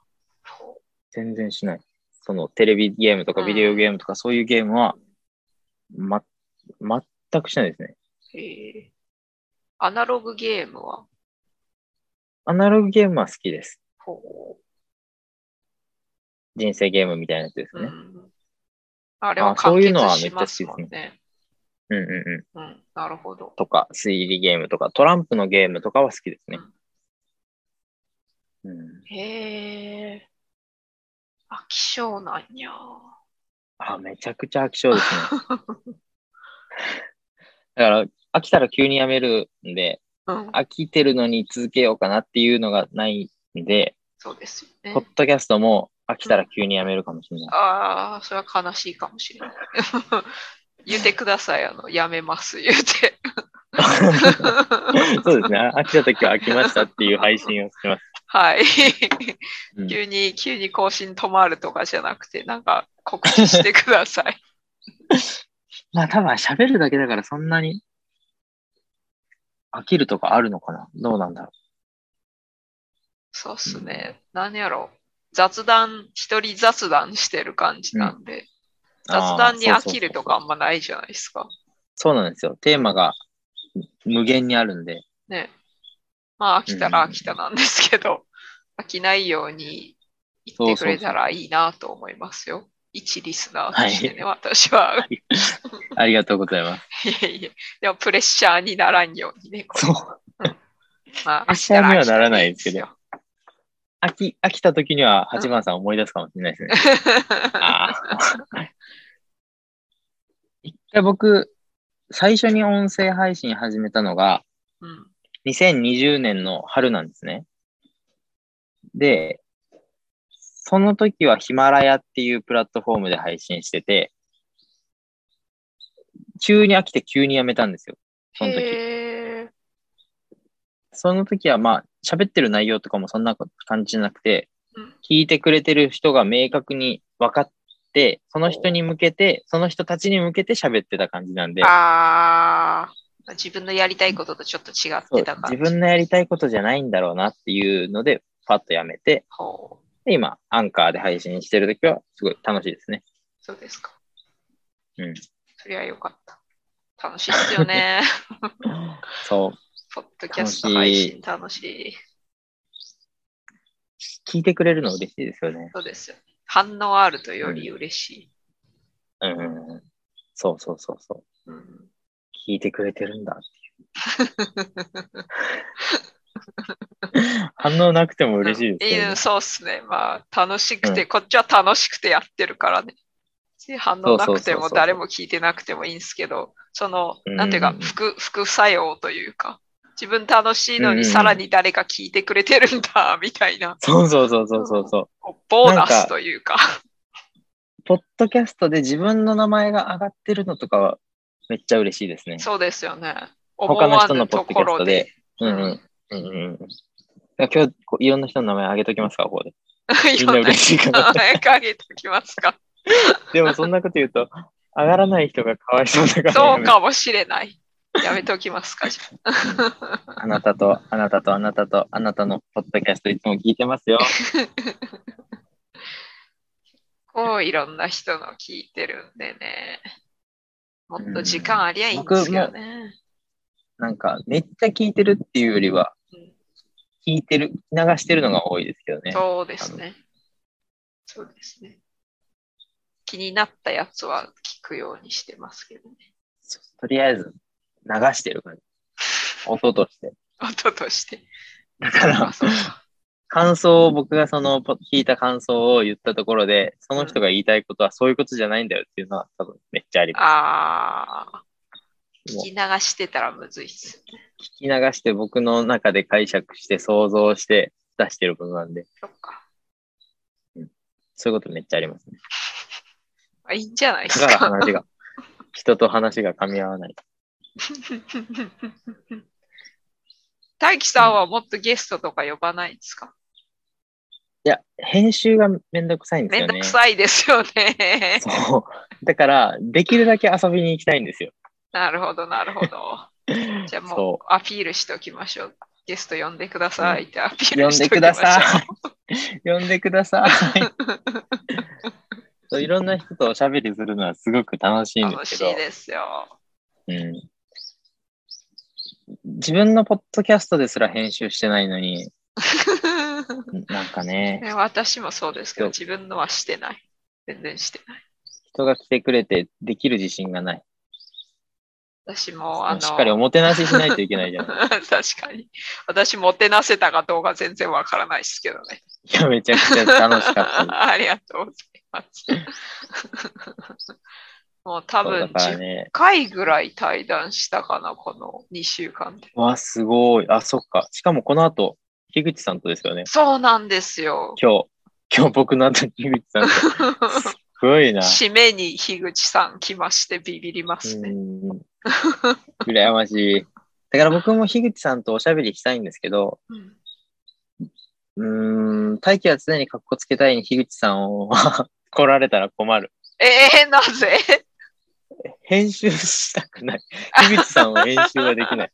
S2: ほ
S3: 全然しない。その、テレビゲームとか
S2: うん
S3: ビデオゲームとかそういうゲームは、ま、全くしないですね。
S2: えーアナログゲームは、
S3: アナログゲームは好きです。
S2: ほ
S3: 人生ゲームみたいなやつです
S2: う、
S3: ね。
S2: うんあれは
S3: あそう
S2: 完
S3: いうのは
S2: 結
S3: めっちゃ
S2: しますもんね。
S3: うんうんうん。
S2: うん、なるほど。
S3: とか、推理ゲームとか、トランプのゲームとかは好きですね。うん。
S2: へえ。飽き性なんや。
S3: あ、めちゃくちゃ飽き性ですね。だから、飽きたら急にやめるんで、
S2: うん、
S3: 飽きてるのに続けようかなっていうのがないんで、
S2: そうですよ
S3: ポッ
S2: ね。
S3: ドキャストも飽きたら急にやめるかもしれない。
S2: ああ、それは悲しいかもしれない。 言ってください、あの、やめます、言う て。
S3: そうですね。あ飽きた時は飽きましたっていう配信をしてます。
S2: はい。
S3: う ん
S2: 急に、急に更新止まるとかじゃなくて、なんか告知してくだ さい。
S3: まあ多分喋るだけだからそんなに飽きるとかあるのかなどうなんだろ
S2: そうっすね。何やろう。雑談、一人雑談してる感じなんで、
S3: う。あ
S2: 雑
S3: ー
S2: 談に飽きる
S3: そうそうそう
S2: とかあんまないじゃないですか。
S3: そうなんですよ。テーマが無限にあるんで。
S2: ね。まあ、飽きたら飽きたなんですけど、飽きないように言ってくれたらいいなと思いますよ。一リスナーとしてね、私は。
S3: ありがとうございます。
S2: いえいえ。でも、プレッシャーにならんようにね、これはうんまあ、
S3: プレッシャーにはならないですけど
S2: 飽
S3: 飽き、飽きた時には八幡さんを思い出すかもしれない ですね。
S2: きたら飽きたらいいですよ。
S3: ああ。 一回僕、最初に音声配信始めたのが、
S2: うん
S3: 2020年の春なんですね。で、その時はヒマラヤっていうプラットフォームで配信してて、急に飽きて急にやめたんですよ。その時。
S2: へー
S3: その時はまあ、喋ってる内容とかもそんな感じじゃなくて
S2: うん、
S3: 聞いてくれてる人が明確に分かって、その人に向けて、その人たちに向けて喋ってた感じなんで、
S2: ああ、自分のやりたいこととちょっと違っ
S3: そう
S2: てた感じ。
S3: 自分のやりたいことじゃないんだろうなっていうので、パッとやめて、
S2: ほう
S3: で、今、アンカーで配信してるときは、すごい楽しいですね。
S2: そうですか。
S3: うん。
S2: そりゃよかった。楽しいですよ ね。
S3: そう。
S2: ポッドキャスト配信楽しい。
S3: 聞いてくれるの嬉しいですよね。
S2: そうですよ。反応あるとより嬉し
S3: うんうんうん。そうそうそうそう。
S2: い。うん、
S3: 聞いてくれてるんだっていう。反応なくても嬉しいですけ
S2: う
S3: ど、ね
S2: ん。そうっすね。まあ、楽しくて、こっちは楽しくてやってるからね。反応なくて
S3: そうそうそう
S2: も、
S3: そう
S2: 誰も聞いてなくてもいいんですけど、その、
S3: うん
S2: なんていうか、副副作用というか、自分楽しいの
S3: うんう
S2: に
S3: ん
S2: さらに誰か聞いてくれてるんだ、みたいな、
S3: そうそうそうそうそうそう。
S2: ボーナスというか。
S3: ポッドキャストで自分の名前が上がってるのとかは、めっちゃ嬉しいですね。
S2: そうですよね。
S3: 他の人のポッドキャストでう
S2: 思
S3: ん
S2: わ
S3: うん
S2: ぬ。
S3: うんうんうん。今日、こういろんな人の名前上げときますか、ここで。
S2: ところで。
S3: みんな 嬉しいかな。
S2: 早くあげときます か。
S3: でもそんなこと言うと、上がらない人がかわいそうだから、
S2: そうかもしれない。やめときますか。じゃあ
S3: あなたと、あなたと、あなたと、あなたのポッドキャストいつも聞いてますよ。
S2: こういろんな人の聞いてるんでね。もっと時間ありゃいいんですけどね。
S3: なんか、めっちゃ聞いてるっていうよりは、
S2: うん
S3: 聞いてる、流してるのが多いですけどね。
S2: そうですね。そうですね。気になったやつは聞くようにしてますけどね。
S3: とりあえず、流してる感じ。音として。
S2: 音として。
S3: だから、
S2: あそうか
S3: 感想を僕がその、ポ聞いた感想を言ったところで、その人が言いたいことはそういうことじゃないんだよっていうのは多分めっちゃあります。
S2: あー、
S3: も
S2: 聞
S3: う
S2: き流してたらむずいっす。
S3: 聞き流して僕の中で解釈して想像して出してることなんで、
S2: そっか。
S3: そういうことめっちゃありますね。
S2: まあ、いいんじゃないです
S3: だから
S2: か。
S3: 話が、人と話が噛み合わない。
S2: 大輝さんはもっとゲストとか呼ばないんですか、
S3: いや、編集がめんどくさいんです
S2: め
S3: よ
S2: ん
S3: ね。
S2: どくさいですよね。
S3: そう。 だから、できるだけ遊びに行きたい んですよ。
S2: なるほど、なるほど。じゃあも
S3: そう
S2: アピールしておきましょう。ゲスト呼んでくださいってアピー
S3: 呼
S2: ル
S3: ん
S2: して
S3: で
S2: おき
S3: く
S2: ま
S3: だ
S2: しょう。
S3: さい。呼んでく ださい。そういろんな人とおしゃべりするのはすごく楽しいんで
S2: 楽
S3: す
S2: し
S3: けど
S2: い、ですよ。
S3: うん。自分のポッドキャストですら編集してないのに、なんかね、
S2: ね私もそうですけど、
S3: そう
S2: 自分のはしてない。全然してない。
S3: 人が来てくれてできる自信がない。
S2: 私も、あの、
S3: しっかりおもてなししないといけないじゃん。い
S2: 確かに。私、もてなせたかどうか全然わからないですけどね。
S3: や、めちゃくちゃ楽しかった で
S2: ありがとうございます。 もう多
S3: す。だ
S2: 分
S3: から
S2: 10
S3: ね、
S2: 回ぐらい対談したかな、この2週間で。
S3: わ、すごい。あ、そっか。しかもこの後、樋口さんとですよね。
S2: そうなんですよ。
S3: 今日、今日僕の後に樋口さ んと。すごいな。
S2: 締めに樋口さん来ましてビビります
S3: う
S2: ね。
S3: ん。羨ましい。だから僕も樋口さんとおしゃべりしたいんですけど、
S2: うん
S3: うーん、大輝は常に格好つけたいに樋口さんを 来られたら困る。
S2: えー、なぜ
S3: 編集したくない。樋口さんを編集はで きない。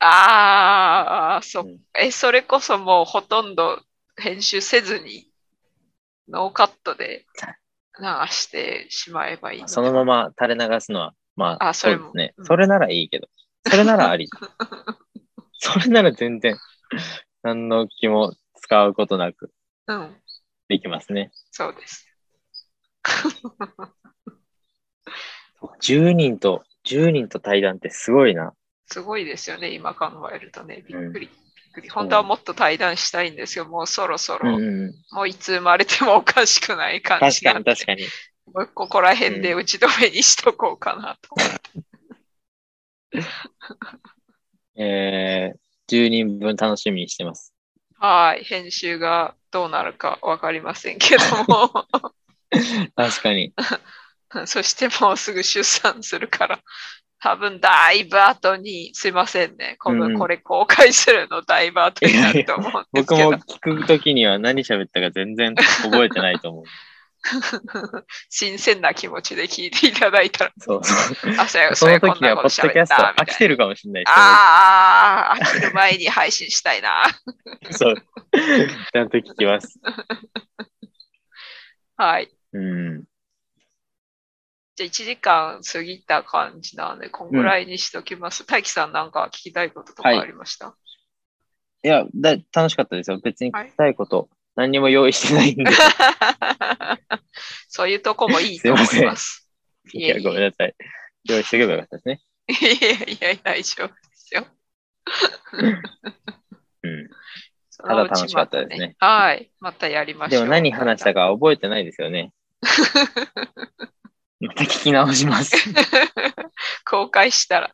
S2: ああ、そ、
S3: うん
S2: え、それこそもうほとんど編集せずに、ノーカットで流してしまえばいいのか
S3: そのまま垂れ流すのは、まあ、
S2: あそれ
S3: うで
S2: も
S3: すね。
S2: うん
S3: それならいいけど。それならあり。 それなら全然、何の気も使うことなく
S2: うん、
S3: できますね。
S2: そうです。
S3: 10人と、10人と対談ってすごいな。
S2: すごいですよね、今考えるとね。びっくり。びっくり。
S3: う
S2: 本当はもっと対談したいんですよ。もうそろそろ、
S3: うん、
S2: もういつ生まれてもおかしくない感
S3: 確
S2: じ
S3: か
S2: なん
S3: に
S2: で、
S3: 確かに。
S2: もうここら辺で打ち止めにしとこうかなと。
S3: えー、10人分楽しみにしてます。
S2: はい。編集がどうなるかわかりませんけども。
S3: 確かに。
S2: そしてもうすぐ出産するから、多分だいぶ後に、すいませんね、今
S3: うんう
S2: 度
S3: ん
S2: これ公開するのだいぶ後になると思うんです
S3: 僕
S2: けど
S3: も、聞くときには何喋ったか全然覚えてないと思う。
S2: 新鮮な気持ちで聞いていただいたら、
S3: そうそう。
S2: あ、 そうや、
S3: そ
S2: そう
S3: の
S2: や、こ
S3: 時
S2: ん
S3: に
S2: な
S3: は
S2: こ
S3: ポ
S2: と
S3: ッドキ
S2: 喋
S3: ャ
S2: っ
S3: スト
S2: た、み
S3: 飽き
S2: たい
S3: てるかもしれない
S2: な。
S3: ですね
S2: あーあー、飽きる前に配信したいな。
S3: そう。ちゃんと聞きます。
S2: はい。
S3: うん。
S2: じゃあ1時間過ぎた感じなので、こんぐらいにしときます。大輝さんなんか聞きたいこととか
S3: はい
S2: ありました、
S3: いやだ、楽しかったですよ。別に聞きたいこと、何にも用意してないんで。
S2: そういうとこもいいと思
S3: すい
S2: い
S3: ません
S2: ます。い
S3: い
S2: えいえ
S3: や、ごめんなさい。用意しておけばよかったですね。
S2: いやいや、大丈夫ですよ。
S3: うん。
S2: そのうち
S3: ただ楽しかったですね
S2: またはい。またやりましょ
S3: で
S2: う。
S3: も何話した
S2: か。
S3: か覚えてないですよね。また聞き直します。
S2: 公開したら。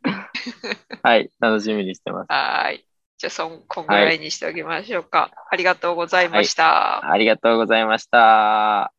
S3: はい、楽しみにしてます。
S2: はい。じゃあそん、こんぐらいにしておきましょうか。ありがとうございました。
S3: ありがとうございました。